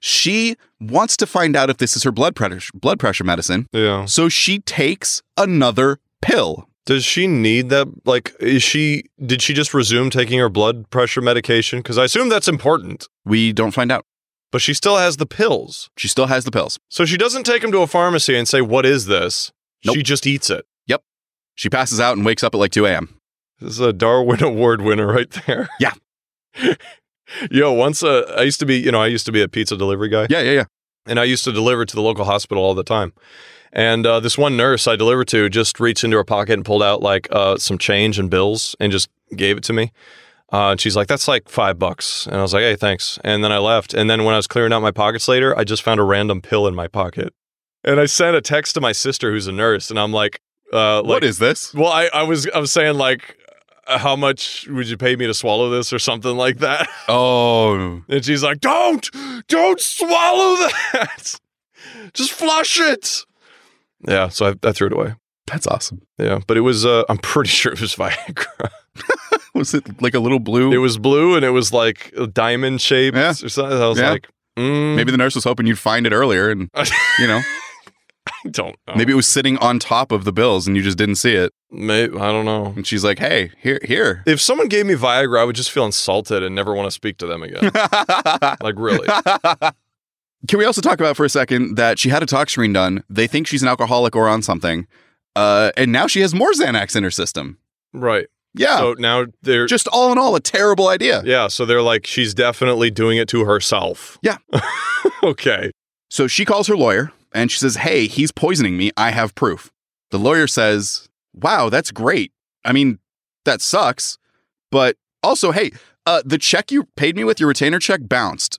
she wants to find out if this is her blood pressure blood pressure medicine,
Yeah.
so she takes another pill.
Does she need that? Like, is she, did she just resume taking her blood pressure medication? Because I assume that's important,
We don't find out.
but she still has the pills.
She still has the pills.
So she doesn't take them to a pharmacy and say, What is this?
Nope.
She just eats it.
She passes out and wakes up at like 2 a.m.
This is a Darwin Award winner right there.
Yeah.
Yo, once uh, I used to be, you know, I used to be a pizza delivery guy.
Yeah, yeah, yeah.
and I used to deliver to the local hospital all the time. And uh, this one nurse I delivered to just reached into her pocket and pulled out like uh, some change and bills and just gave it to me. Uh, and she's like, "That's like five bucks," and I was like, "Hey, thanks." And then I left. And then when I was clearing out my pockets later, I just found a random pill in my pocket. And I sent a text to my sister who's a nurse, and I'm like, uh, like
what is this?
well, I, I was I was saying like, how much would you pay me to swallow this or something like that?
Oh.
And she's like, "Don't, don't swallow that. Just flush it." Yeah, so I, I threw it away.
That's awesome.
Yeah, but it was. Uh, I'm pretty sure it was Viagra.
Was it like a little blue?
It was blue and it was like a diamond shaped
Yeah.
or something. I was
Yeah.
like, mm,
maybe the nurse was hoping you'd find it earlier and
I
you know,
don't know.
maybe it was sitting on top of the bills and you just didn't see it.
maybe I don't know.
And she's like, "Hey, here here."
If someone gave me Viagra, I would just feel insulted and never want to speak to them again. like really?
Can we also talk about for a second that she had a talk screen done? They think she's an alcoholic or on something, uh, and now she has more Xanax in her system.
Right.
Yeah,
So now they're
Oh. just all in all, a terrible idea.
yeah. So they're like, she's definitely doing it to herself.
Yeah.
okay.
So she calls her lawyer and she says, "Hey, he's poisoning me. I have proof." The lawyer says, "Wow, that's great. I mean, that sucks, but also, hey, uh, the check you paid me with your retainer check bounced.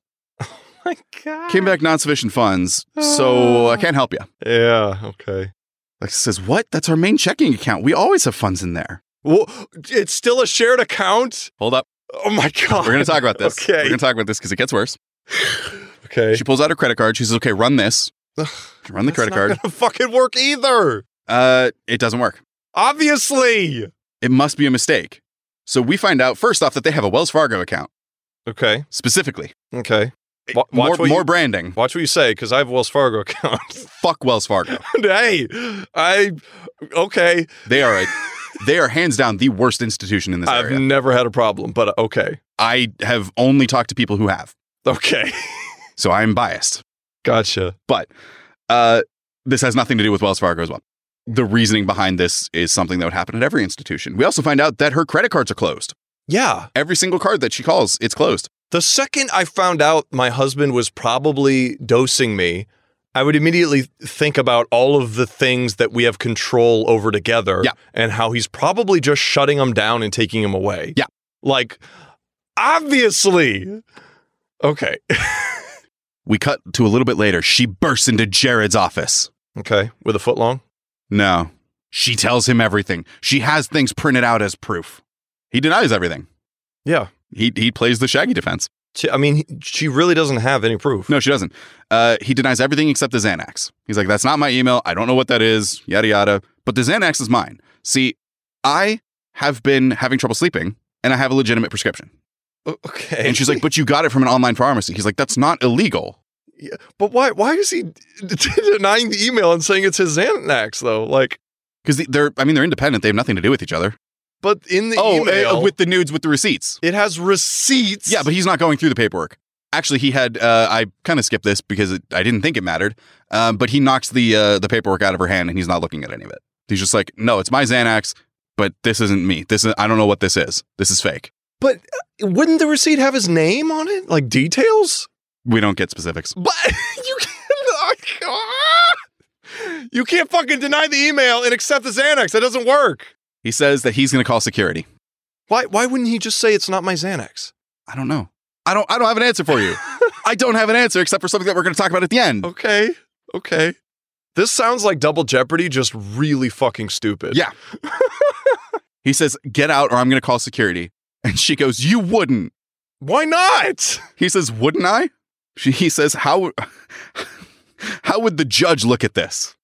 My God.
Came back non-sufficient funds, so I can't help you."
Yeah. Okay.
Like says, "What? That's our main checking account. We always have funds in there."
Well, it's still a shared account.
Hold up.
Oh my god.
We're going to talk about this.
Okay.
We're going to talk about this because it gets worse.
okay.
She pulls out her credit card. She says, okay, run this. Run the credit card.
Gonna fucking work either.
Uh, it doesn't work.
Obviously.
It must be a mistake. So we find out, first off, that they have a Wells Fargo account
Okay.
specifically.
Okay. Wa- watch
more
what you-
more branding.
Watch what you say, because I have a Wells Fargo account.
Fuck Wells Fargo.
hey, I okay.
They are a, they are hands down the worst institution in this
I've
area.
never had a problem, but uh, okay,
I have only talked to people who have,
okay,
so I'm biased.
gotcha.
Uh, this has nothing to do with Wells Fargo as well. The reasoning behind this is something that would happen at every institution. We also find out that her credit cards are closed.
Yeah.
Every single card that she calls, it's closed.
The second I found out my husband was probably dosing me, I would immediately think about all of the things that we have control over together
Yeah.
and how he's probably just shutting them down and taking them away.
Yeah.
Like, obviously. Okay.
We cut to a little bit later. She bursts into Jared's office.
Okay. With a foot long?
No. She tells him everything. She has things printed out as proof. He denies everything.
Yeah.
He, he plays the Shaggy defense.
She- I mean, he- she really doesn't have any proof.
No, she doesn't. Uh, he denies everything except the Xanax. He's like, that's not my email. I don't know what that is, yada, yada. But the Xanax is mine. See, I have been having trouble sleeping and I have a legitimate prescription.
O- Okay.
And she's like, but you got it from an online pharmacy. He's like, that's not illegal.
but why why is he denying the email and saying it's his Xanax, though? Like,
Because they're, I mean, they're independent. They have nothing to do with each other.
but in the
oh, uh,
email,
with the nudes, with the receipts.
it has receipts.
Yeah, but he's not going through the paperwork. Actually, he had. Uh, I kind of skipped this because it, I didn't think it mattered. Um, but he knocks the uh, the paperwork out of her hand, and he's not looking at any of it. He's just like, "No, it's my Xanax, but this isn't me. This is I don't know what this is. This is fake."
Wouldn't the receipt have his name on it? Like details?
We don't get specifics.
But you can't. You can't fucking deny the email and accept the Xanax. That doesn't work.
He says that he's going to call security.
Why? Why wouldn't he just say it's not my Xanax?
I don't know. I don't. I don't have an answer for you. I don't have an answer except for something that we're going to talk about at the end.
Okay. Okay. This sounds like double jeopardy, just really fucking stupid.
Yeah. He says, "Get out, or I'm going to call security." And she goes, "You wouldn't."
Why not?
He says, "Wouldn't I?" She, he says, "How? how would the judge look at this?"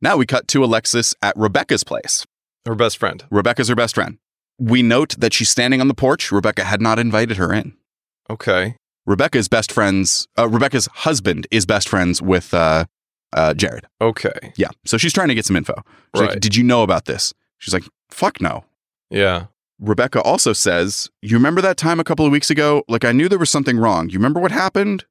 Now we cut to Alexis at Rebecca's place.
Her best friend.
Rebecca's her best friend. We note that she's standing on the porch. Rebecca had not invited her in.
Okay.
Rebecca's best friends, uh, Rebecca's husband is best friends with uh, uh, Jared.
Okay.
Yeah. So she's trying to get some info. She's like,
Right.
Did you know about this? She's like, fuck no.
Yeah.
Rebecca also says, You remember that time a couple of weeks ago? Like, I knew there was something wrong. You remember what happened?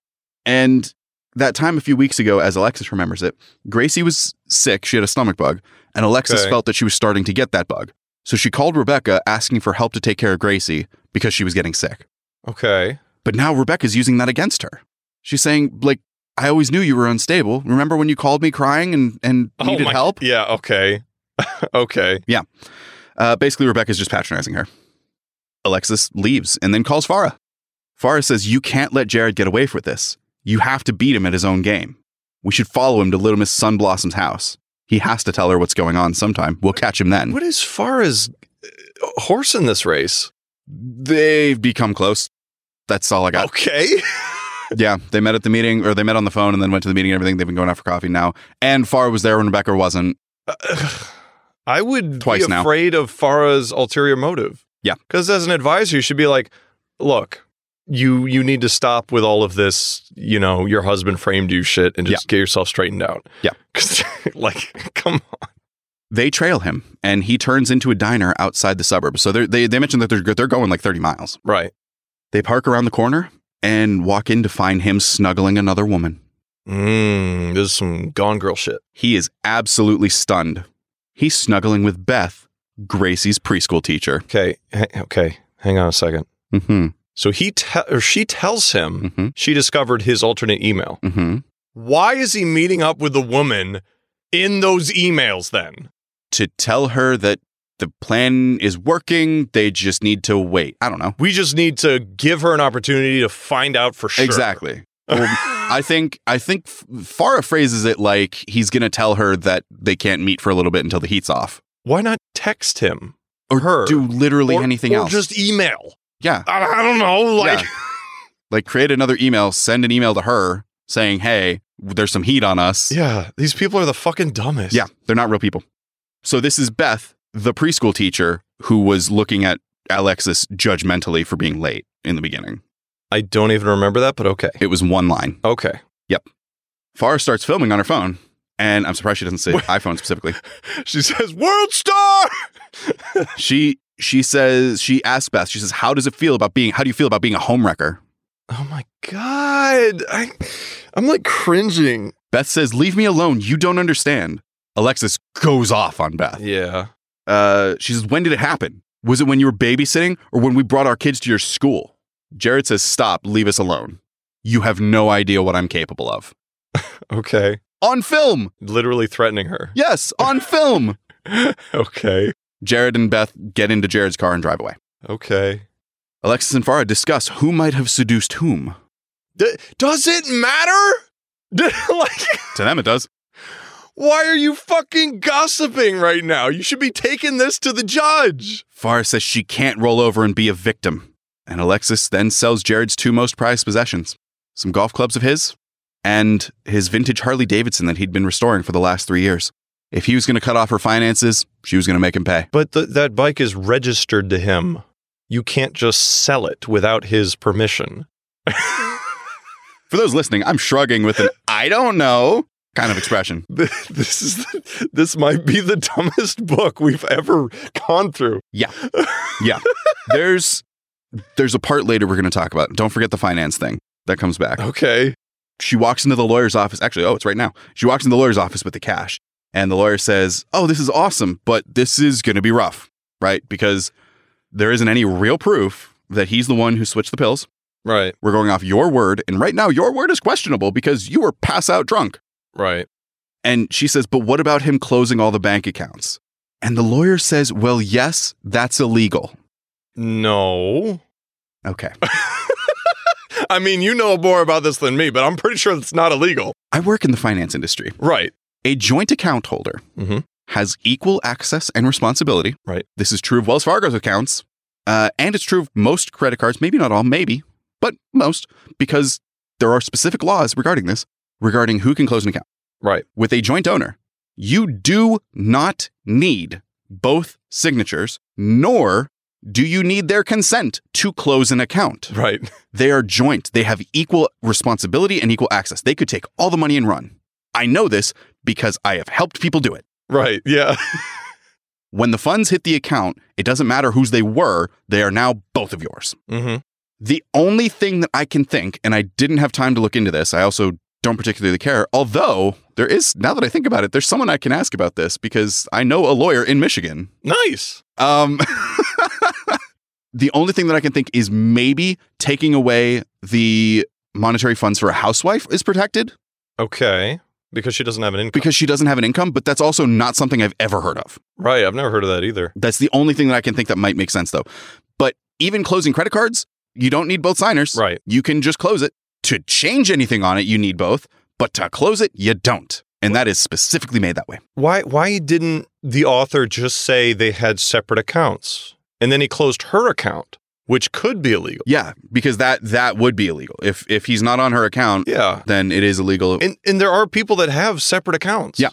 And that time a few weeks ago, as Alexis remembers it, Gracie was sick. She had a stomach bug, and Alexis
Okay.
felt that she was starting to get that bug. So she called Rebecca asking for help to take care of Gracie because she was getting sick.
Okay.
But now Rebecca's using that against her. She's saying, like, I always knew you were unstable. Remember when you called me crying and, and
Oh
needed
my-
help?
Yeah. Okay. okay.
Uh, basically, Rebecca's just patronizing her. Alexis leaves and then calls Farah. Farah says, You can't let Jared get away with this. You have to beat him at his own game. We should follow him to Little Miss Sunblossom's house. He has to tell her what's going on sometime. We'll catch him then.
What is Farah's uh, horse in this race?
They've become close. That's all I got.
Okay.
Yeah, they met at the meeting, or they met on the phone and then went to the meeting and everything. They've been going out for coffee now. And Farah was there when Rebecca wasn't.
Uh, I would
Twice
be
now.
afraid of Farah's ulterior motive.
Yeah.
Because as an advisor, you should be like, look, you you need to stop with all of this, you know, your husband framed you shit and just get yourself straightened out.
Yeah.
'Cause, like, come on.
They trail him, and he turns into a diner outside the suburb. So they're- they they mentioned that they're they're going like thirty miles.
Right.
They park around the corner and walk in to find him snuggling another woman.
Mm, this is some gone girl shit.
He is absolutely stunned. He's snuggling with Beth, Gracie's preschool teacher.
Okay. h- okay. Hang on a second.
Mm-hmm.
So he te- or she tells him
Mm-hmm.
she discovered his alternate email.
Mm-hmm.
Why is he meeting up with the woman in those emails then?
To tell her that the plan is working, they just need to wait. I don't know.
We just need to give her an opportunity to find out for sure.
Exactly.
I,
I think I think F- Farah phrases it like he's gonna tell her that they can't meet for a little bit until the heat's off,
Why not text him
or
Her.
do literally
or,
anything
or
else.
just email?
yeah,
I, I don't know. Like,
Yeah. like create another email, send an email to her saying, "Hey, there's some heat on us."
yeah, these people are the fucking dumbest.
Yeah, they're not real people. So this is Beth, the preschool teacher who was looking at Alexis judgmentally for being late in the beginning.
I don't even remember that, but okay.
It was one line.
Okay.
Farah starts filming on her phone, and I'm surprised she doesn't say
What?
iPhone specifically.
She says, "World star."
She she says she asks Beth. She says, "How does it feel about being? How do you feel about being a homewrecker?"
Oh my god. I I'm like cringing.
Beth says, "Leave me alone. You don't understand." Alexis goes off on Beth.
Yeah.
Uh, she says, When did it happen? Was it when you were babysitting or when we brought our kids to your school? Jared says, Stop, leave us alone. You have no idea what I'm capable of.
Okay.
On film.
Literally threatening her.
Yes, on film.
okay.
Jared and Beth get into Jared's car and drive away.
Okay.
Alexis and Farah discuss who might have seduced whom.
D- does it matter? D- like,
To them, it does.
why are you fucking gossiping right now? You should be taking this to the judge.
Farah says she can't roll over and be a victim. And Alexis then sells Jared's two most prized possessions some golf clubs of his and his vintage Harley Davidson that he'd been restoring for the last three years. If he was going to cut off her finances, she was going to make him pay.
But th- that bike is registered to him. You can't just sell it without his permission.
For those listening, I'm shrugging with an I don't know kind of expression.
this is the, this might be the dumbest book we've ever gone through.
Yeah. There's there's a part later we're going to talk about. Don't forget the finance thing that comes back.
okay.
she walks into the lawyer's office. Actually, oh, it's right now. She walks into the lawyer's office with the cash, and the lawyer says, "Oh, this is awesome, but this is going to be rough, right? Because there isn't any real proof that he's the one who switched the pills.
Right.
We're going off your word. And right now, your word is questionable because you were pass out drunk.
Right.
And she says, But what about him closing all the bank accounts? And the lawyer says, Well, yes, that's illegal.
No.
Okay.
I mean, you know more about this than me, but I'm pretty sure it's not illegal.
I work in the finance industry.
Right.
A joint account holder
Mhm.
has equal access and responsibility.
Right.
This is true of Wells Fargo's accounts, uh, and it's true of most credit cards. Maybe not all, maybe, but most, because there are specific laws regarding this, regarding who can close an account.
Right.
With a joint owner, you do not need both signatures, nor do you need their consent to close an account.
Right.
They are joint. They have equal responsibility and equal access. They could take all the money and run. I know this because I have helped people do it.
Right. Yeah.
When the funds hit the account, it doesn't matter whose they were, they are now both of yours.
Mm-hmm.
The only thing that I can think, and I didn't have time to look into this, I also don't particularly care, although there is, now that I think about it, there's someone I can ask about this because I know a lawyer in Michigan.
Nice.
Um, the only thing that I can think is maybe taking away the monetary funds for a housewife is protected
Okay. Because she doesn't have an income.
because she doesn't have an income, but that's also not something I've ever heard of.
right. I've never heard of that either.
That's the only thing that I can think that might make sense, though. But even closing credit cards, you don't need both signers.
Right.
You can just close it. To change anything on it, you need both, but to close it, you don't. And that is specifically made that way.
Why why didn't the author just say they had separate accounts? And then he closed her account, which could be illegal.
Yeah, because that that would be illegal. If if he's not on her account,
Yeah.
then it is illegal.
And and there are people that have separate accounts.
Yeah.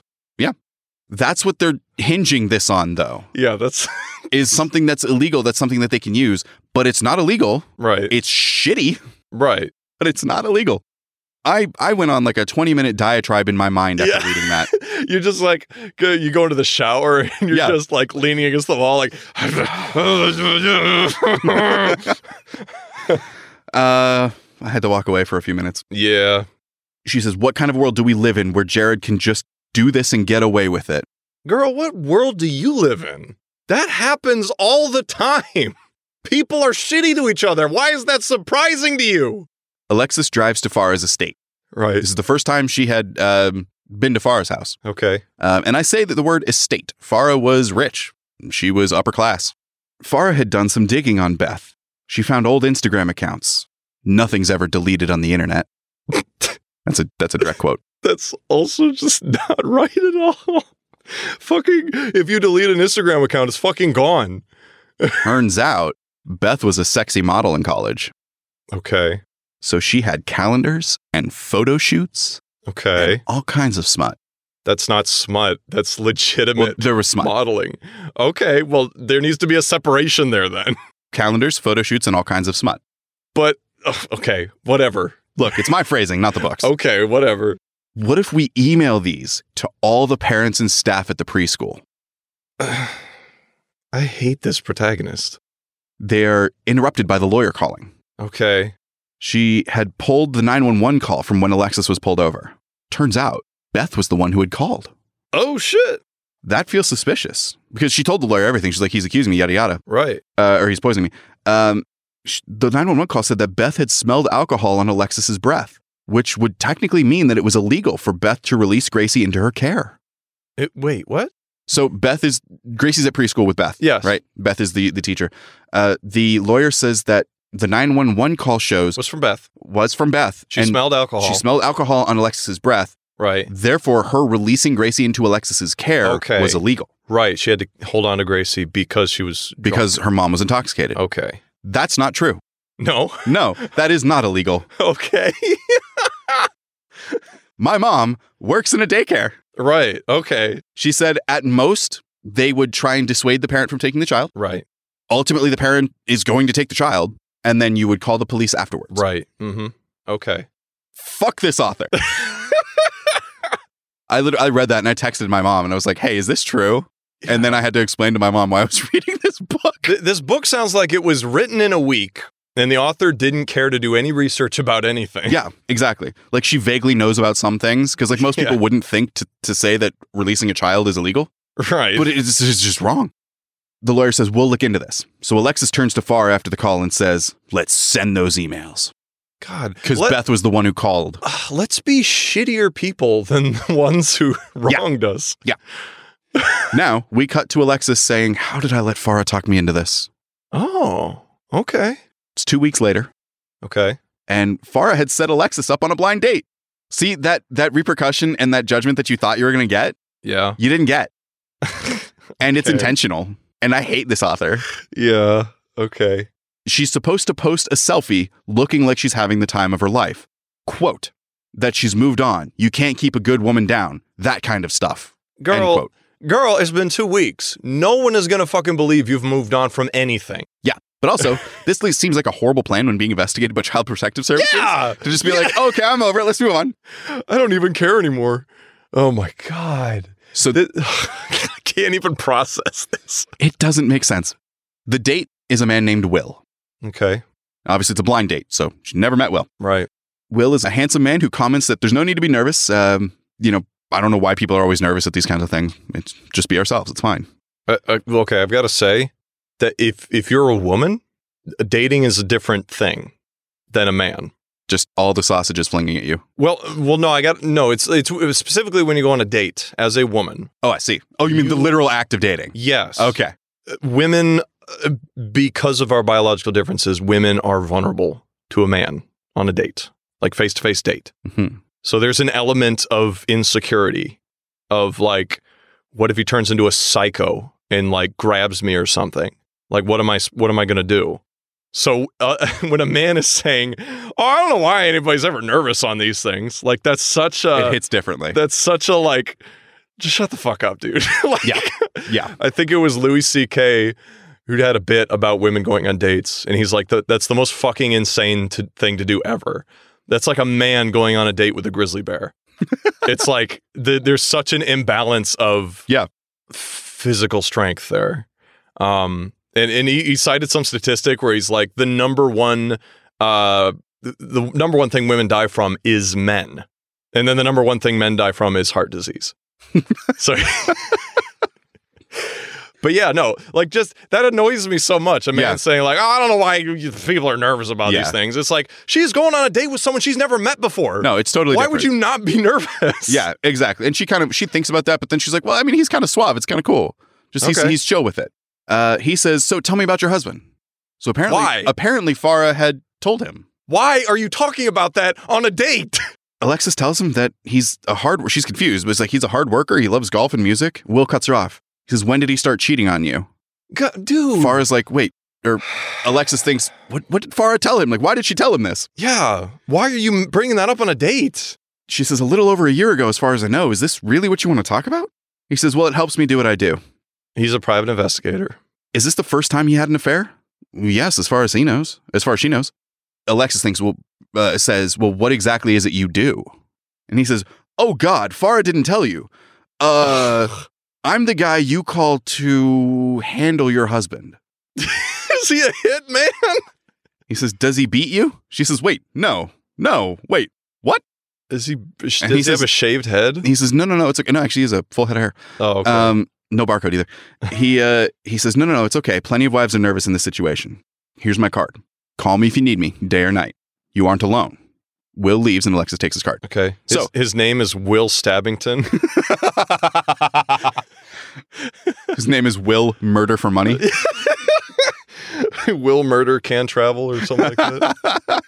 That's what they're hinging this on though.
Yeah, that's
Is something that's illegal, that's something that they can use, but it's not illegal.
right.
It's shitty,
right.
but it's not illegal. I I went on like a 20-minute diatribe in my mind after
Yeah.
reading that.
You're just like go- you go into the shower and you're
Yeah.
just like leaning against the wall, like
Uh, I had to walk away for a few minutes.
yeah,
She says, What kind of world do we live in where Jared can just do this and get away with it?
girl. What world do you live in? That happens all the time. People are shitty to each other. Why is that surprising to you?
Alexis drives to Farah's estate.
Right.
This is the first time she had um, been to Farah's house.
Okay.
Um, and I say that the word estate. Farah was rich, she was upper class. Farah had done some digging on Beth. She found old Instagram accounts. Nothing's ever deleted on the internet. That's a that's a direct quote.
That's also just not right at all. fucking, if you delete an Instagram account, it's fucking gone.
Turns out Beth was a sexy model in college.
Okay.
So she had calendars and photo shoots,
Okay.
and all kinds of smut.
That's not smut. That's
Well,
legitimate
there was smut.
modeling. Okay, well, there needs to be a separation there then.
Calendars, photo shoots, and all kinds of smut.
But ugh, okay, whatever.
Look, it's my phrasing, not the book's.
Okay, whatever.
What if we email these to all the parents and staff at the preschool?
I hate this protagonist.
They're interrupted by the lawyer calling.
Okay.
She had pulled the 911 call from when Alexis was pulled over. Turns out Beth was the one who had called.
Oh shit.
That feels suspicious because she told the lawyer everything. She's like, he's accusing me, yada, yada.
Right.
uh, or he's poisoning me. Um, sh- the 911 call said that Beth had smelled alcohol on Alexis's breath, which would technically mean that it was illegal for Beth to release Gracie into her care.
It, wait, what?
So Beth is Gracie's at preschool with Beth.
Yes.
right. Beth is the the teacher. Uh, the lawyer says that the 911 call shows
was from Beth.
was from Beth.
She
and
smelled alcohol.
She smelled alcohol on Alexis's breath.
right.
Therefore, her releasing Gracie into Alexis's care
Okay.
was illegal
Right. She had to hold on to Gracie because she was drunk.
because her mom was intoxicated.
Okay.
That's not true.
No.
No, that is not illegal.
Okay.
My mom works in a daycare.
right. Okay.
She said at most they would try and dissuade the parent from taking the child.
Right.
Ultimately, the parent is going to take the child, and then you would call the police afterwards.
Right. Mm-hmm. Okay.
Fuck this author. I lit- I read that and I texted my mom and I was like, "Hey, is this true?" And then I had to explain to my mom why I was reading this book.
Th- this book sounds like it was written in a week and the author didn't care to do any research about anything.
Yeah, exactly. Like she vaguely knows about some things because like most people
Yeah.
wouldn't think to, to say that releasing a child is illegal.
Right.
But it's, it's just wrong. The lawyer says, We'll look into this. So Alexis turns to Farr after the call and says, Let's send those emails.
God,
because
let,
Beth was the one who called.
ah, let's be shittier people than the ones who wronged us.
Now we cut to Alexis saying, How did I let Farah talk me into this?
Oh, okay,
It's two weeks later,
okay.
and Farah had set Alexis up on a blind date. See that that repercussion and that judgment that you thought you were gonna get,
Yeah.
you didn't get. And it's
Okay.
intentional. And I hate this author.
yeah. Okay.
She's supposed to post a selfie looking like she's having the time of her life. Quote, that she's moved on. You can't keep a good woman down. That kind of stuff. End
Girl,
quote.
girl, it's been two weeks. No one is going to fucking believe you've moved on from anything.
But also, this le- seems like a horrible plan when being investigated by Child Protective Services. To just be like, okay, I'm over it. Let's move on.
I don't even care anymore. Oh my God.
So
Thi- I can't even process this.
it doesn't make sense. The date is a man named Will.
Okay.
Obviously, it's a blind date, so she never met Will.
Right.
Will is a handsome man who comments that there's no need to be nervous. Um, you know, I don't know why people are always nervous at these kinds of things. It's just be ourselves. It's fine.
Uh, uh, okay. I've got to say that if if you're a woman, dating is a different thing than a man.
Just all the sausages flinging at you.
Well, well, no, I got no. It's it's it was specifically when you go on a date as a woman.
Oh, I see. Oh, you mean the
You-
literal act of dating?
Yes.
Okay.
Women, uh, because of our biological differences, women are vulnerable to a man on a date, like face to face date.
Mhm.
So there's an element of insecurity, of like, what if he turns into a psycho and like grabs me or something? Like, what am I? What am I gonna do? So uh, when a man is saying, "Oh, I don't know why anybody's ever nervous on these things," like that's such a
it hits differently.
that's such a like just shut the fuck up dude Like,
Yeah. Yeah.
i think it was louis ck who'd had a bit about women going on dates and he's like "That- that's the most fucking insane to, thing to do ever that's like a man going on a date with a grizzly bear it's like the, there's such an imbalance of
Yeah.
physical strength there um and and he, he cited some statistic where he's like the number one uh the, the number one thing women die from is men and then the number one thing men die from is heart disease. so, but yeah, no, like just that annoys me so much. A man
Yeah.
saying like, "Oh, I don't know why you, you people are nervous about
Yeah.
these things." It's like she's going on a date with someone she's never met before.
no, it's totally.
why
different.
would you not be nervous?
Yeah, exactly. And she kind of she thinks about that, but then she's like, "Well, I mean, he's kind of suave. It's kind of cool. Just he's
Okay.
he's chill with it." Uh, he says, "So tell me about your husband." So apparently,
Why?
apparently, Farah had told him.
Why are you talking about that on a date?
Alexis tells him that he's a hard. She's confused, but it's like he's a hard worker. He loves golf and music. Will cuts her off. He says, "When did he start cheating on you?"
God, dude.
Farah's like, "Wait." Or Alexis thinks, "What? What did Farah tell him? Like, why did she tell him this?"
yeah. Why are you bringing that up on a date?
She says, "A little over a year ago, as far as I know. Is this really what you want to talk about?" He says, "Well, it helps me do what I do."
He's a private investigator.
Is this the first time he had an affair? Yes, as far as he knows, as far as she knows. Alexis thinks, well, uh, says, well, what exactly is it you do? And he says, oh God, Farah didn't tell you. Uh, I'm the guy you call to handle your husband.
Is he a hit man?
He says, does he beat you? She says, wait, no, no, wait.
Is he? Does
he
he
says-
have a shaved head?
And he says, no, no, no, it's okay. No, actually, he has a full head of hair.
Oh, okay.
Um, no barcode either. He uh, he says, no, no, no, it's okay. Plenty of wives are nervous in this situation. Here's my card. Call me if you need me, day or night. You aren't alone. Will leaves and Alexis takes his card.
Okay. His,
So-
his name is Will Stabbington.
His name is Will Murder for Money.
Will murder can travel or something like that.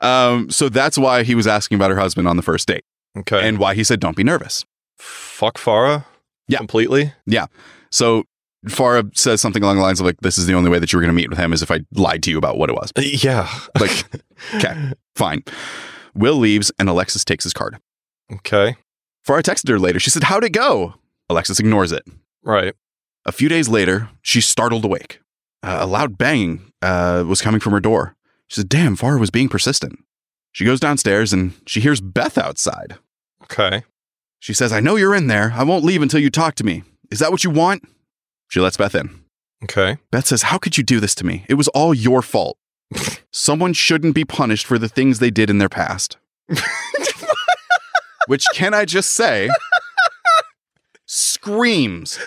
um, so that's why he was asking about her husband on the first date
Okay.
and why he said, don't be nervous.
fuck Farah.
Yeah.
Completely.
So Farah says something along the lines of like, this is the only way that you were going to meet with him is if I lied to you about what it was.
Uh, Yeah.
Like- Okay. Fine. Will leaves and Alexis takes his card.
Okay.
Farah texted her later. She said, How'd it go? Alexis ignores it.
Right.
A few days later, she's startled awake. Uh, a loud banging uh, was coming from her door. She said, Damn, Farah was being persistent. She goes downstairs and she hears Beth outside.
Okay.
She says, I know you're in there. I won't leave until you talk to me. Is that what you want? She lets Beth in.
Okay.
Beth says, How could you do this to me? It was all your fault. Someone shouldn't be punished for the things they did in their past. which can I just say screams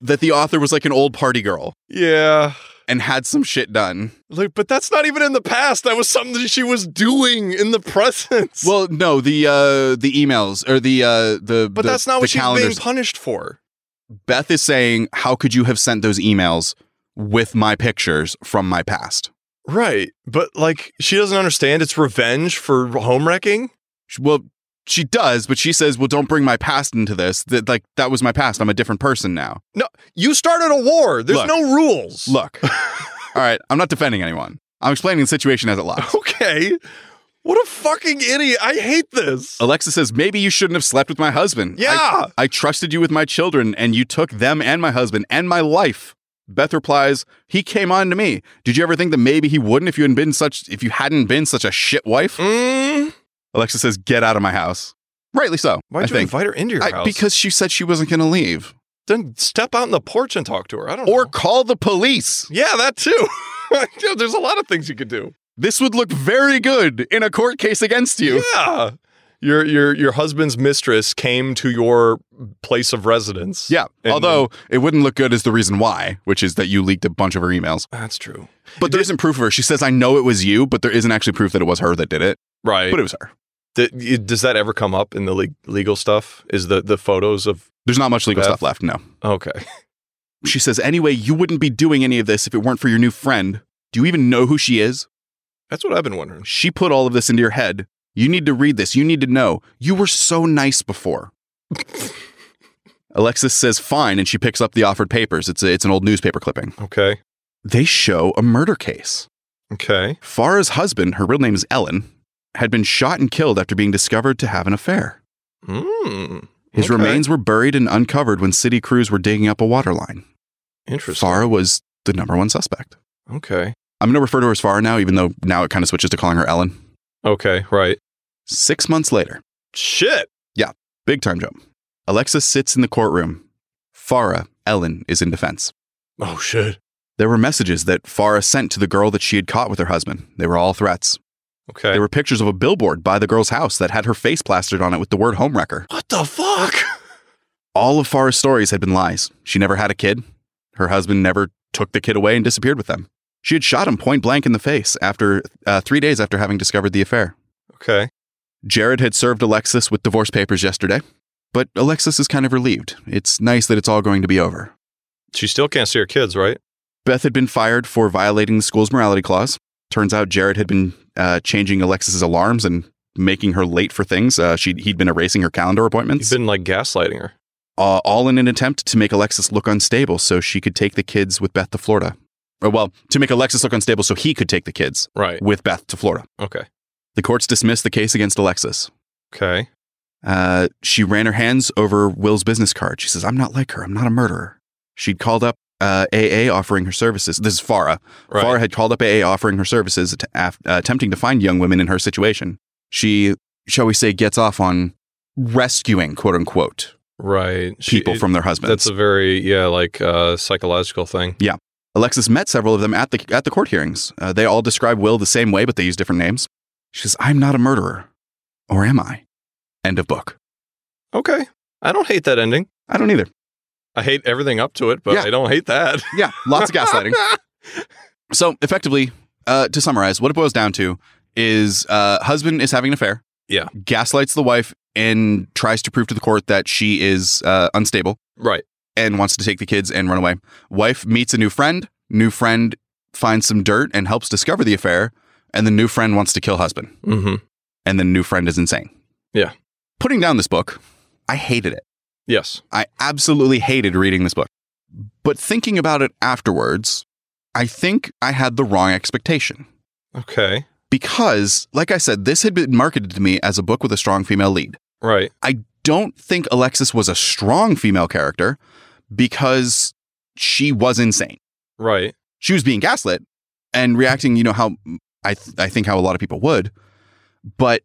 that the author was like an old party girl.
yeah.
and had some shit done.
Like, but that's not even in the past. That was something that she was doing in the present.
Well, no, the uh the emails or the uh the
but
the-
that's not
the
what she's being
calendars.
punished for.
Beth is saying, "How could you have sent those emails with my pictures from my past?"
Right. But like she doesn't understand it's revenge for home wrecking.
She- Well, she does, but she says, "Well, don't bring my past into this. That like that was my past. I'm a different person now."
You started a war. There's
Look.
no rules.
Look. All right, I'm not defending anyone. I'm explaining the situation as it lies.
Okay. What a fucking idiot. I hate this.
Alexa says, "Maybe you shouldn't have slept with my husband." I-
yeah.
I trusted you with my children, and you took them and my husband and my life. Beth replies, He came on to me. Did you ever think that maybe he wouldn't if you hadn't been such if you hadn't been such a shit wife?
Mm,
Alexa says, Get out of my house. Rightly so.
why'd
I
you
think.
invite her into your
I-
house?
because she said she wasn't gonna leave.
then step out in the porch and talk to her. I don't
Or
know.
call the police.
Yeah, that too. Dude, There's a lot of things you could do.
This would look very good in a court case against you.
Yeah. Your your your husband's mistress came to your place of residence.
Yeah.
And-
Although it wouldn't look good as the reason why, which is that you leaked a bunch of her emails.
that's true.
But there isn't proof of her. She says, I know it was you, but there isn't actually proof that it was her that did it.
Right.
But it was her.
Th- y- does that ever come up in the le- legal stuff? Is the the photos of
There's not much legal
Beth?
stuff left, no.
okay?
She says, Anyway, you wouldn't be doing any of this if it weren't for your new friend. Do you even know who she is?
That's what I've been wondering.
She put all of this into your head. You need to read this. You need to know. You were so nice before. Alexis says, Fine, and she picks up the offered papers. It's, a, it's an old newspaper clipping.
Okay,
They show a murder case.
okay.
Farah's husband, her real name is Ellen, had been shot and killed after being discovered to have an affair.
Mm,
His
okay.
remains were buried and uncovered when city crews were digging up a water line.
Interesting.
Farah was the number one suspect.
Okay,
I'm going to refer to her as Farah now, even though now it kind of switches to calling her Ellen.
okay. Right.
Six months later,
Shit.
big time jump. Alexa sits in the courtroom. Farah, Ellen, is in defense.
Oh shit.
There were messages that Farah sent to the girl that she had caught with her husband. They were all threats.
Okay.
There were pictures of a billboard by the girl's house that had her face plastered on it with the word homewrecker.
what the fuck?
All of Farah's stories had been lies. She never had a kid. Her husband never took the kid away and disappeared with them. She had shot him point blank in the face after uh, three days after having discovered the affair.
Okay.
Jared had served Alexis with divorce papers yesterday, but Alexis is kind of relieved. It's nice that it's all going to be over.
She still can't see her kids, right?
Beth had been fired for violating the school's morality clause. Turns out Jared had been uh, changing Alexis's alarms and making her late for things. Uh, she he'd been erasing her calendar
You've
appointments,
been like gaslighting her.
uh, all in an attempt to make Alexis look unstable so she could take the kids with Beth to Florida. Or, well, to make Alexis look unstable so he could take the kids
Right.
with Beth to Florida.
Okay.
The courts dismissed the case against Alexis.
Okay.
Uh, she ran her hands over Will's business card. She says, I'm not like her. I'm not a murderer. She'd called up uh, AA offering her services. This is Farah.
Right.
Farah had called up AA offering her services, att- af- uh, attempting to find young women in her situation. She, shall we say, gets off on rescuing, quote unquote,
right. She-
people
it-
from their husbands.
That's a very yeah like uh, psychological thing.
Alexis met several of them at the, at the court hearings. Uh, they all describe Will the same way, but they use different names. She says, I'm not a murderer. Or am I? End of book.
Okay. I don't hate that ending.
I don't either.
I hate everything up to it, but
Yeah.
I don't hate that.
Yeah, lots of gaslighting. So effectively, uh, to summarize, what it boils down to is uh, husband is having an affair.
Yeah.
Gaslights the wife and tries to prove to the court that she is uh, unstable
right.
and wants to take the kids and run away. Wife meets a new friend. New friend finds some dirt and helps discover the affair. And the new friend wants to kill husband.
Mm-hmm.
And the new friend is insane.
Yeah.
Putting down this book, I hated it.
Yes.
I absolutely hated reading this book. But thinking about it afterwards, I think I had the wrong expectation.
Okay.
because, like I said, this had been marketed to me as a book with a strong female lead.
Right.
Don't think Alexis was a strong female character because she was insane.
Right.
She was being gaslit and reacting, you know, how I, th- I think how a lot of people would, but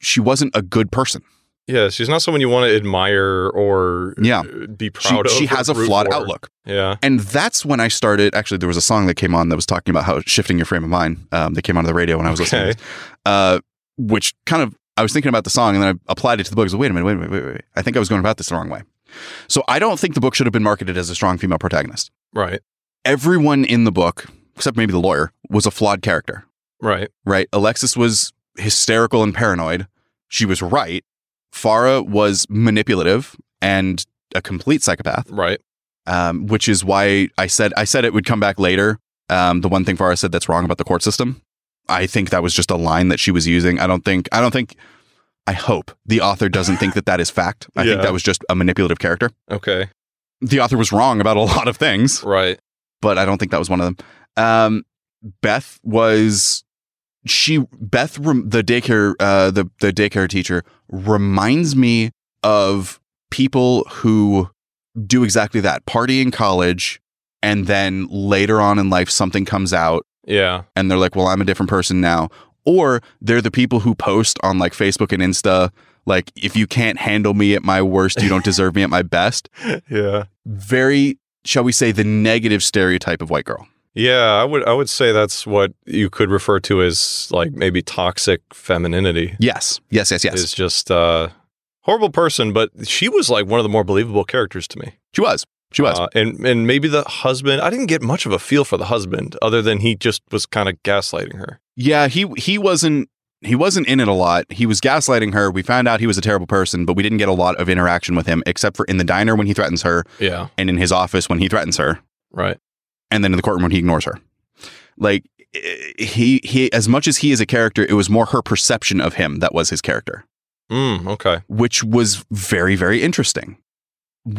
she wasn't a good person.
Yeah. She's not someone you want to admire or uh,
Yeah.
be
She,
proud of.
she
or
has a
root
flawed
for.
outlook.
Yeah.
And that's when I started. Actually, there was a song that came on that was talking about how shifting your frame of mind um, that came onto the radio when I was listening to
Okay.
uh, which kind of I was thinking about the song and then I applied it to the book. I was like, wait a minute, wait a minute, wait, wait, wait. I think I was going about this the wrong way. So I don't think the book should have been marketed as a strong female protagonist.
Right.
Everyone in the book except maybe the lawyer, was a flawed character,
Right.
right? Alexis was hysterical and paranoid. She was right. Farah was manipulative and a complete psychopath,
Right.
um, which is why I said I said it would come back later. Um, the one thing Farah said that's wrong about the court system, I think that was just a line that she was using. I don't think I don't think I hope the author doesn't think that that is fact. I
Yeah.
think that was just a manipulative character.
Okay.
The author was wrong about a lot of things
Right.
but I don't think that was one of them. Um, Beth was she Beth rem- the daycare uh, the the daycare teacher reminds me of people who do exactly that party in college and then later on in life something comes out
Yeah.
and they're like well I'm a different person now or they're the people who post on like Facebook and Insta like if you can't handle me at my worst you don't deserve me at my best
Yeah.
very shall we say the negative stereotype of white girl
Yeah, I would I would say that's what you could refer to as like maybe toxic femininity.
Yes. Yes, yes, yes.
Is just uh horrible person, but she was like one of the more believable characters to me.
She was. She was.
Uh, and and maybe the husband, I didn't get much of a feel for the husband other than he just was kind of gaslighting her.
yeah, he he wasn't he wasn't in it a lot. He was gaslighting her. We found out he was a terrible person, but we didn't get a lot of interaction with him except for in the diner when he threatens her
Yeah.
and in his office when he threatens her
Right.
and then in the courtroom when he ignores her. Like eh, he he as much as he is a character, it was more her perception of him that was his character.
Mm, okay.
which was very very interesting.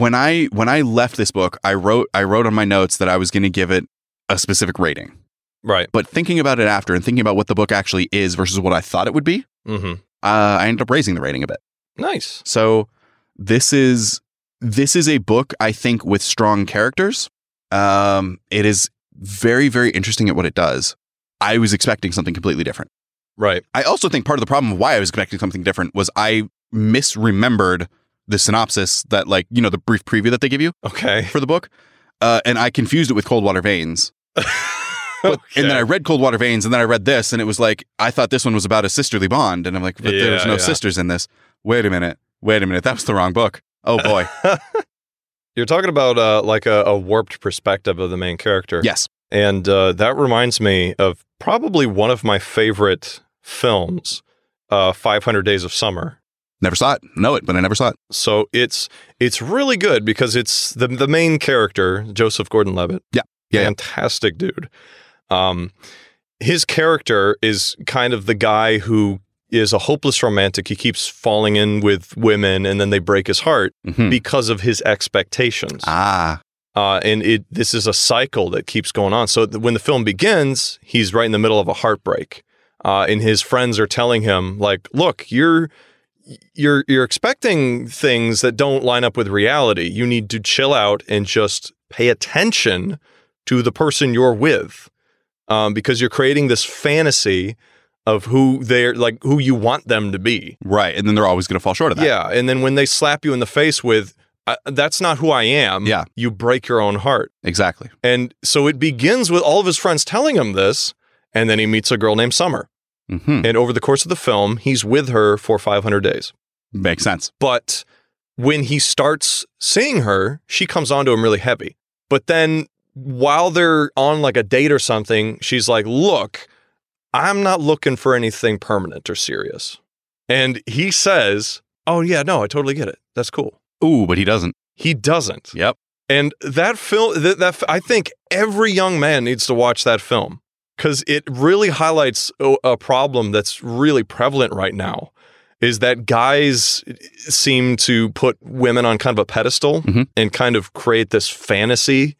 When I when I left this book, I wrote I wrote on my notes that I was going to give it a specific rating.
Right.
But thinking about it after and thinking about what the book actually is versus what I thought it would be,
Mm-hmm.
uh, I ended up raising the rating a bit.
Nice.
So this is this is a book I think with strong characters. Um, it is very very interesting at what it does. I was expecting something completely different.
Right.
I also think part of the problem of why I was expecting something different was I misremembered the synopsis that, like, you know, the brief preview that they give you
Okay.
for the book. Uh, and I confused it with Cold Water Veins. But, And then I read Cold Water Veins and then I read this and it was like, I thought this one was about a sisterly bond. And I'm like, but there's
Yeah,
no
yeah.
sisters in this. Wait a minute. Wait a minute. That was the wrong book. Oh boy.
You're talking about uh, like a, a warped perspective of the main character.
yes.
And uh, that reminds me of probably one of my favorite films, uh, 500 Days of Summer.
Never saw it. Know it, but I never saw it.
So it's it's really good because it's the the main character, Joseph Gordon-Levitt.
Yeah. Yeah, yeah.
fantastic dude. Um, his character is kind of the guy who is a hopeless romantic. He keeps falling in with women, and then they break his heart
Mhm.
because of his expectations.
Ah.
Uh, and it this is a cycle that keeps going on. So th- when the film begins, he's right in the middle of a heartbreak, uh, and his friends are telling him like, "Look, you're you're you're expecting things that don't line up with reality. You need to chill out and just pay attention to the person you're with, um, because you're creating this fantasy of who they're like who you want them to be."
Right. And then they're always going to fall short of that.
Yeah, and then when they slap you in the face with uh, "That's not who I am,"
Yeah.
you break your own heart.
Exactly.
And so it begins with all of his friends telling him this, and then he meets a girl named Summer.
hmm
And over the course of the film, he's with her for 500 days.
Makes sense.
But when he starts seeing her, she comes on to him really heavy. But then while they're on like a date or something, she's like, Look, I'm not looking for anything permanent or serious. And he says, Oh, yeah, no, I totally get it. That's cool.
Ooh, but he doesn't.
He doesn't.
Yep.
And that film, that, that I think every young man needs to watch that film because it really highlights a, a problem that's really prevalent right now. Is that guys eh, seem to put women on kind of a pedestal
Mhm.
and kind of create this fantasy?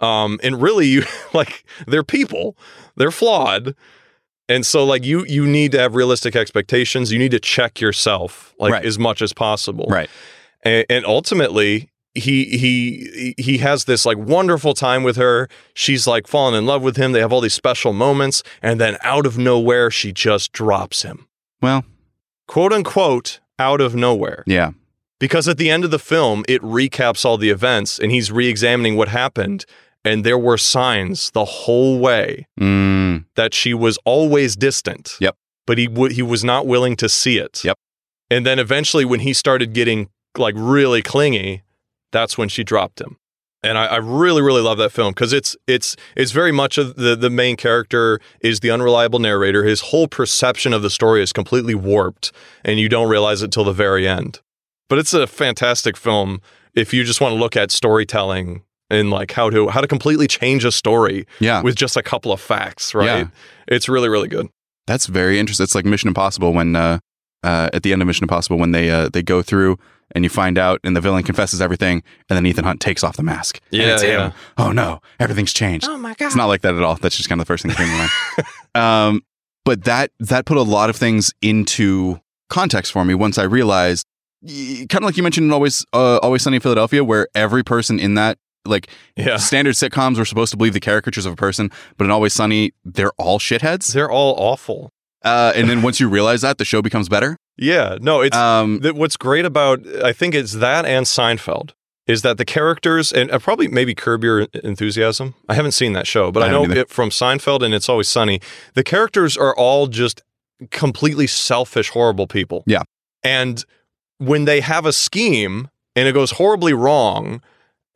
Um, and really, you like they're people, they're flawed, and so like you you need to have realistic expectations. You need to check yourself like
Right.
as much as possible
Right.
and, and ultimately he he he has this like wonderful time with her she's like falling in love with him they have all these special moments and then out of nowhere she just drops him
Well.
quote unquote out of nowhere
Yeah.
because at the end of the film it recaps all the events and he's re-examining what happened and there were signs the whole way
Mm.
that she was always distant
Yep.
but he w- he was not willing to see it
Yep.
and then eventually when he started getting like really clingy, that's when she dropped him. and I, I really really love that film because it's it's it's very much of the the main character is the unreliable narrator. His whole perception of the story is completely warped, and you don't realize it till the very end. But it's a fantastic film if you just want to look at storytelling and like how to how to completely change a story
Yeah.
with just a couple of facts. Right?
Yeah.
It's really really good.
That's very interesting. It's like Mission Impossible when uh, uh, at the end of Mission Impossible when they uh, they go through and you find out and the villain confesses everything and then Ethan Hunt takes off the mask. and
Yeah,
it's
yeah.
him. Oh no, everything's changed.
Oh my god!
It's not like that at all. That's just kind of the first thing that came to mind. Um, but that that put a lot of things into context for me once I realized, kind of like you mentioned in Always uh, Always Sunny in Philadelphia, where every person in that like
yeah.
standard sitcoms were supposed to believe the caricatures of a person, but in Always Sunny, they're all shitheads.
They're all awful.
Uh, and then once you realize that, the show becomes better.
Yeah. No, it's
Um,
that what's great about I think it's that and Seinfeld is that the characters and uh, probably maybe Curb Your Enthusiasm. I haven't seen that show, but
I
I, know
haven't either.
it from Seinfeld and It's Always Sunny. The characters are all just completely selfish, horrible people.
Yeah.
and when they have a scheme and it goes horribly wrong,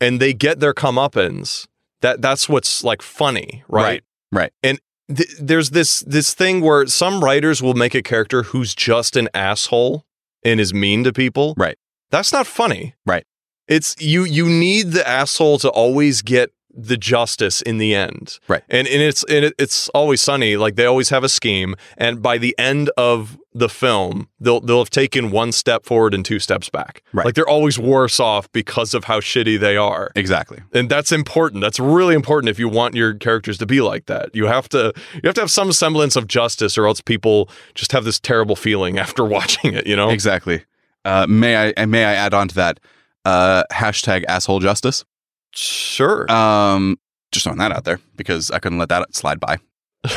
and they get their comeuppance, that that's what's like funny, right?
right.
And th- there's this this thing where some writers will make a character who's just an asshole and is mean to people.
Right.
That's not funny.
Right.
It's you you need the asshole to always get the justice in the end.
Right.
And and it's and it, it's always sunny like they always have a scheme and by the end of the film they'll they'll have taken one step forward and two steps back.
Right.
Like they're always worse off because of how shitty they are.
exactly.
And that's important. That's really important if you want your characters to be like that. You have to you have to have some semblance of justice or else people just have this terrible feeling after watching it, you know?
Exactly. Uh, may I and may I add on to that? Uh, hashtag asshole justice.
Sure.
Um, just throwing that out there because I couldn't let that slide by.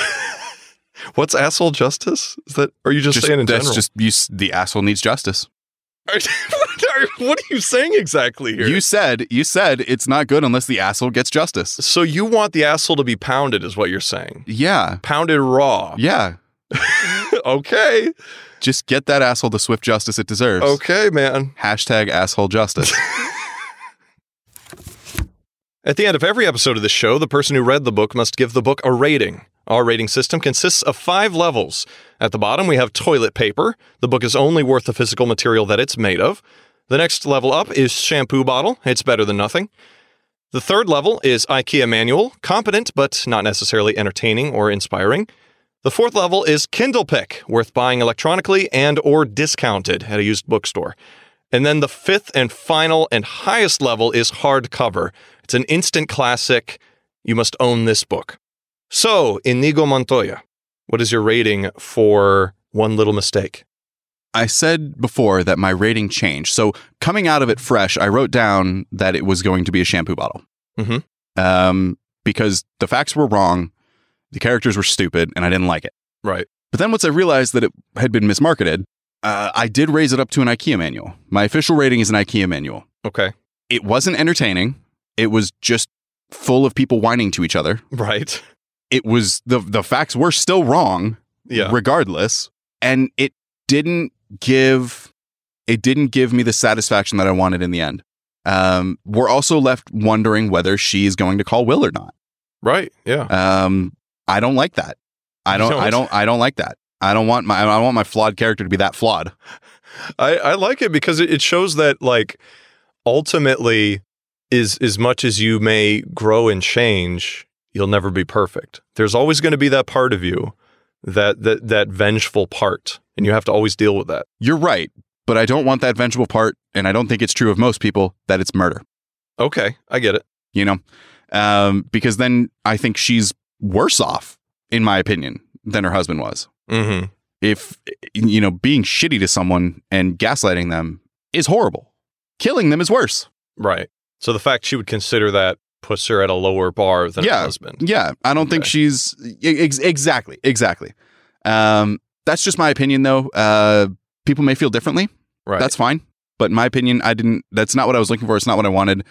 What's asshole justice? Is that are you just, saying in
that's
general?
just you, s- the asshole needs justice.
Are- are- what are you saying exactly here?
You said you said it's not good unless the asshole gets justice.
so you want the asshole to be pounded is what you're saying.
Yeah,
Pounded raw.
yeah.
okay.
Just get that asshole the swift justice it deserves.
Okay, man.
Hashtag asshole justice.
At the end of every episode of the show, the person who read the book must give the book a rating. Our rating system consists of five levels. At the bottom, we have toilet paper. The book is only worth the physical material that it's made of. The next level up is shampoo bottle. It's better than nothing. The third level is IKEA manual, competent but not necessarily entertaining or inspiring. The fourth level is Kindle Pick, worth buying electronically and or discounted at a used bookstore. And then the fifth and final and highest level is hardcover. It's an instant classic. You must own this book. So, Inigo Montoya, what is your rating for One Little Mistake?
I said before that my rating changed. So coming out of it fresh, I wrote down that it was going to be a shampoo bottle.
Mhm.
Um, because the facts were wrong, the characters were stupid, and I didn't like it.
Right.
But then once I realized that it had been mismarketed, uh, I did raise it up to an IKEA manual. My official rating is an IKEA manual.
Okay.
It wasn't entertaining. It was just full of people whining to each other.
Right.
It was the the facts were still wrong
Yeah.
regardless and it didn't give it didn't give me the satisfaction that i wanted in the end um, we're also left wondering whether she is going to call will or not
Right. Yeah.
um, i don't like that i don't
You don't?
i don't i don't like that i don't want my i don't want my flawed character to be that flawed
I, I like it because it, it shows that like ultimately is as much as you may grow and change, you'll never be perfect. There's always going to be that part of you that that that vengeful part and you have to always deal with that.
you're right but i don't want that vengeful part and i don't think it's true of most people that it's murder
Okay, I get it.
you know um, because then i think she's worse off in my opinion than her husband was
Mhm.
if you know being shitty to someone and gaslighting them is horrible killing them is worse
Right. So the fact she would consider that puts her at a lower bar than
Yeah.
her husband.
yeah i don't think
Okay.
she's e-, ex- exactly exactly um that's just my opinion though uh people may feel differently
Right.
that's fine but in my opinion i didn't that's not what i was looking for it's not what i wanted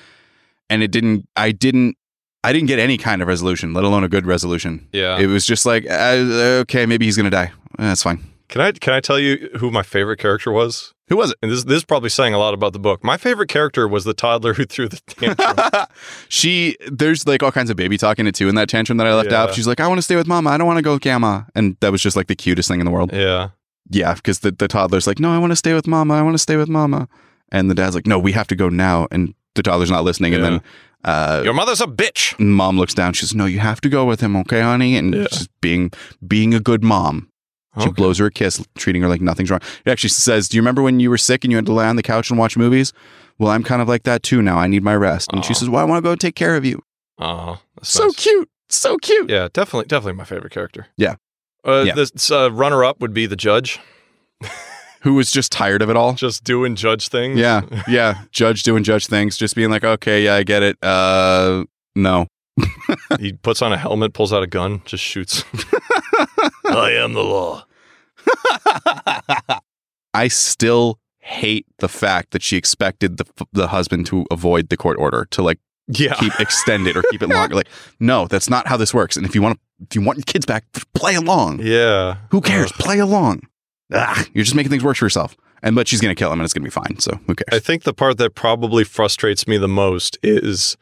and it didn't i didn't i didn't get any kind of resolution let alone a good resolution
yeah.
uh, it was just like uh, okay maybe he's gonna die that's fine
Can I can I tell you who my favorite character was?
Who was
And this this is probably saying a lot about the book. My favorite character was the toddler who threw the tantrum.
it? she there's like all kinds of baby talking to too in that tantrum that I left
Yeah.
out. She's like, I want to stay with mama. I don't want to go with grandma. And that was just like the cutest thing in the world.
yeah.
Yeah, because the, the toddler's like, no, I want to stay with mama. I want to stay with mama. And the dad's like, no, we have to go now. And the toddler's not listening.
Yeah.
And then uh,
Your mother's a bitch.
mom looks down. She says, no, you have to go with him, okay, honey? And
Yeah.
just being being a good mom. She
Okay.
blows her a kiss, treating her like nothing's wrong. It actually says, "Do you remember when you were sick and you had to lie on the couch and watch movies?" Well, I'm kind of like that too now. I need my rest. And she
Aw.
says, "Well, I want to go take care of you."
Oh, Aw, that's
So
nice.
cute, so cute.
Yeah, definitely, definitely my favorite character.
Yeah.
Uh,
Yeah.
This uh, runner-up would be the judge,
Who was just tired of it all?
just doing judge things.
Yeah, yeah. Judge doing judge things, just being like, "Okay, yeah, I get it." Uh, no.
he puts on a helmet, pulls out a gun, just shoots. I am the law.
I still hate the fact that she expected the the husband to avoid the court order to like
Yeah.
keep extend it or keep it longer. Like, no, that's not how this works. And if you want to, if you want your kids back, play along.
yeah.
Who cares? Play along. Ah, you're just making things worse for yourself. And but she's gonna kill him, and it's gonna be fine. So who
I
cares?
think the part that probably frustrates me the most is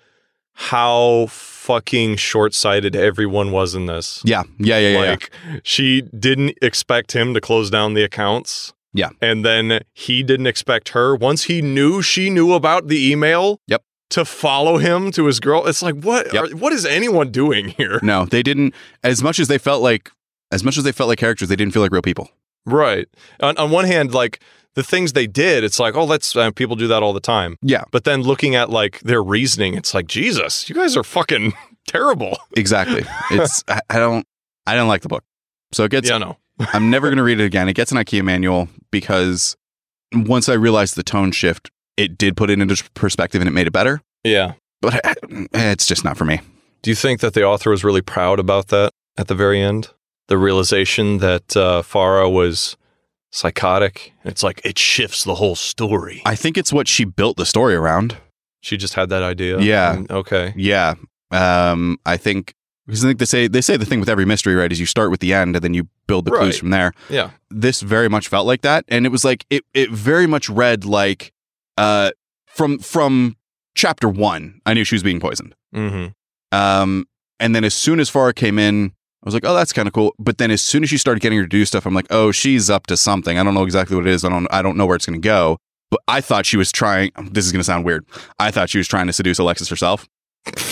how fucking short-sighted everyone was in this.
yeah, yeah, yeah, yeah. yeah.
like she didn't expect him to close down the accounts.
Yeah.
And then he didn't expect her once he knew she knew about the email.
Yep.
To follow him to his girl. It's like what
Yep.
are, what is anyone doing here?
No, they didn't. As much as they felt like, as much as they felt like characters, they didn't feel like real people.
Right. On, on one hand, like the things they did, it's like, oh, let's uh, people do that all the time.
Yeah.
But then looking at like their reasoning, it's like, Jesus, you guys are fucking terrible.
Exactly. It's I, I don't I don't like the book. So it gets
yeah, no.
I'm never gonna read it again. It gets an IKEA manual because once I realized the tone shift, it did put it into perspective and it made it better.
Yeah.
But I, I- it's just not for me.
Do you think that the author was really proud about that at the very end? The realization that uh, Farah was psychotic. It's like it shifts the whole story.
I think it's what she built the story around.
she just had that idea.
Yeah.
And- okay.
Yeah. Um, I think because I think they say they say the thing with every mystery, right, is you start with the end and then you build the
Right.
clues from there.
Yeah.
This very much felt like that. And it was like it it very much read like uh from from chapter one, I knew she was being poisoned.
hmm
Um and then as soon as Farah came in, I was like, oh, that's kind of cool. But then as soon as she started getting her to do stuff, I'm like, oh, she's up to something. I don't know exactly what it is. I don't I don't know where it's gonna go. But I thought she was trying um, this is gonna sound weird. I thought she was trying to seduce Alexis herself.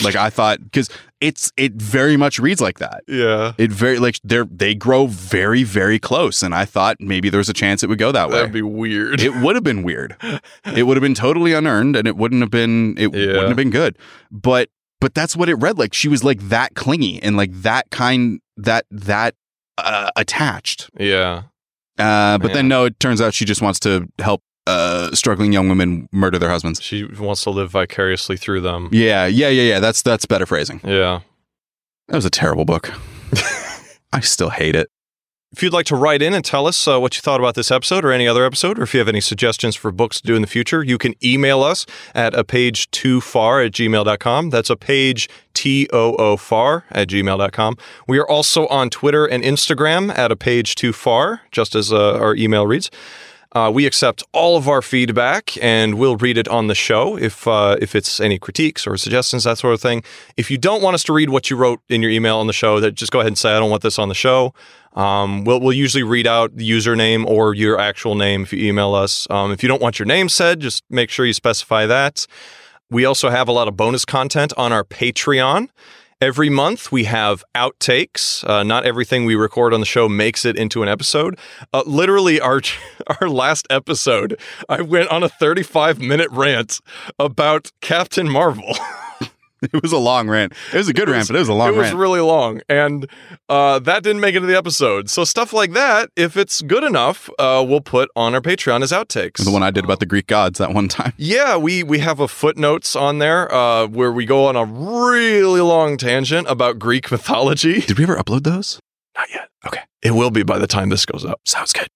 Like I thought because it's it very much reads like that.
Yeah.
It very like they're they grow very, very close. And I thought maybe there was a chance it would go that way.
That'd be weird.
it would have been weird. It would have been totally unearned and it wouldn't have been it
Yeah.
wouldn't have been good. But but that's what it read like. She was like that clingy and like that kind that that uh, attached.
yeah.
Uh, but
Yeah.
then no, it turns out she just wants to help uh, struggling young women murder their husbands.
She wants to live vicariously through them.
Yeah, yeah, yeah, yeah. That's that's better phrasing.
Yeah.
That was a terrible book. I still hate it.
If you'd like to write in and tell us uh, what you thought about this episode or any other episode, or if you have any suggestions for books to do in the future, you can email us at a page too far at gmail.com. That's a page T O O far at gmail.com. We are also on Twitter and Instagram at a page too far, just as uh, our email reads. Uh, we accept all of our feedback and we'll read it on the show if uh, if it's any critiques or suggestions that sort of thing. If you don't want us to read what you wrote in your email on the show, that just go ahead and say I don't want this on the show. Um, we'll we'll usually read out the username or your actual name if you email us. Um, if you don't want your name said, just make sure you specify that. We also have a lot of bonus content on our Patreon. Every month, we have outtakes. Uh, not everything we record on the show makes it into an episode. Uh, literally, our our last episode, I went on a 35 minute rant about Captain Marvel.
It was a long rant. It was a good rant,
was-
but it was a long
it was
rant.
really long, and uh, that didn't make it into the episode. So stuff like that, if it's good enough, uh, we'll put on our Patreon as outtakes.
the one I did about the Greek gods that one time.
Yeah, we we have a footnotes on there uh, where we go on a really long tangent about Greek mythology.
Did we ever upload those?
Not yet. Okay, it will be by the time this goes up.
Sounds good.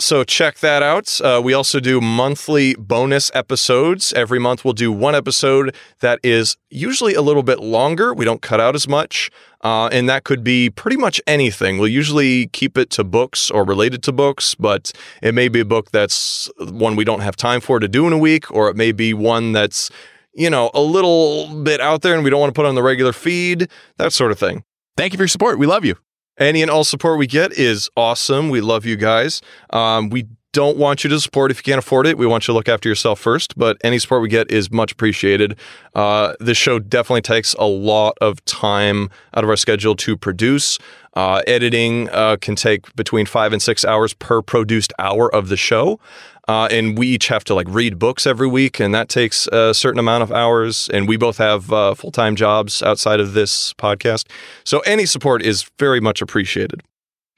So check that out. Uh, we also do monthly bonus episodes. Every month we'll do one episode that is usually a little bit longer. We don't cut out as much, uh, and that could be pretty much anything. We'll usually keep it to books or related to books, but it may be a book that's one we don't have time for to do in a week, or it may be one that's you know a little bit out there and we don't want to put on the regular feed. That sort of thing.
Thank you for your support. We love you.
Any and all support we get is awesome. We love you guys. Um, we don't want you to support if you can't afford it. We want you to look after yourself first, but any support we get is much appreciated. Uh, this show definitely takes a lot of time out of our schedule to produce. Uh, editing uh, can take between five and six hours per produced hour of the show. Uh, and we each have to like read books every week, and that takes a certain amount of hours. And we both have uh, full time jobs outside of this podcast. So any support is very much appreciated.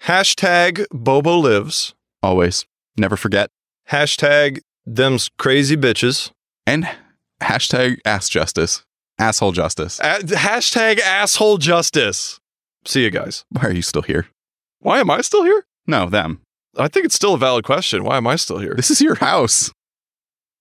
Hashtag Bobo Lives.
Always. Never forget.
Hashtag them's crazy bitches.
And hashtag ass justice. Asshole justice.
A- hashtag asshole justice. See you guys.
Why are you still here?
Why am I still here?
No, them.
I think it's still a valid question. Why am I still here?
This is your house.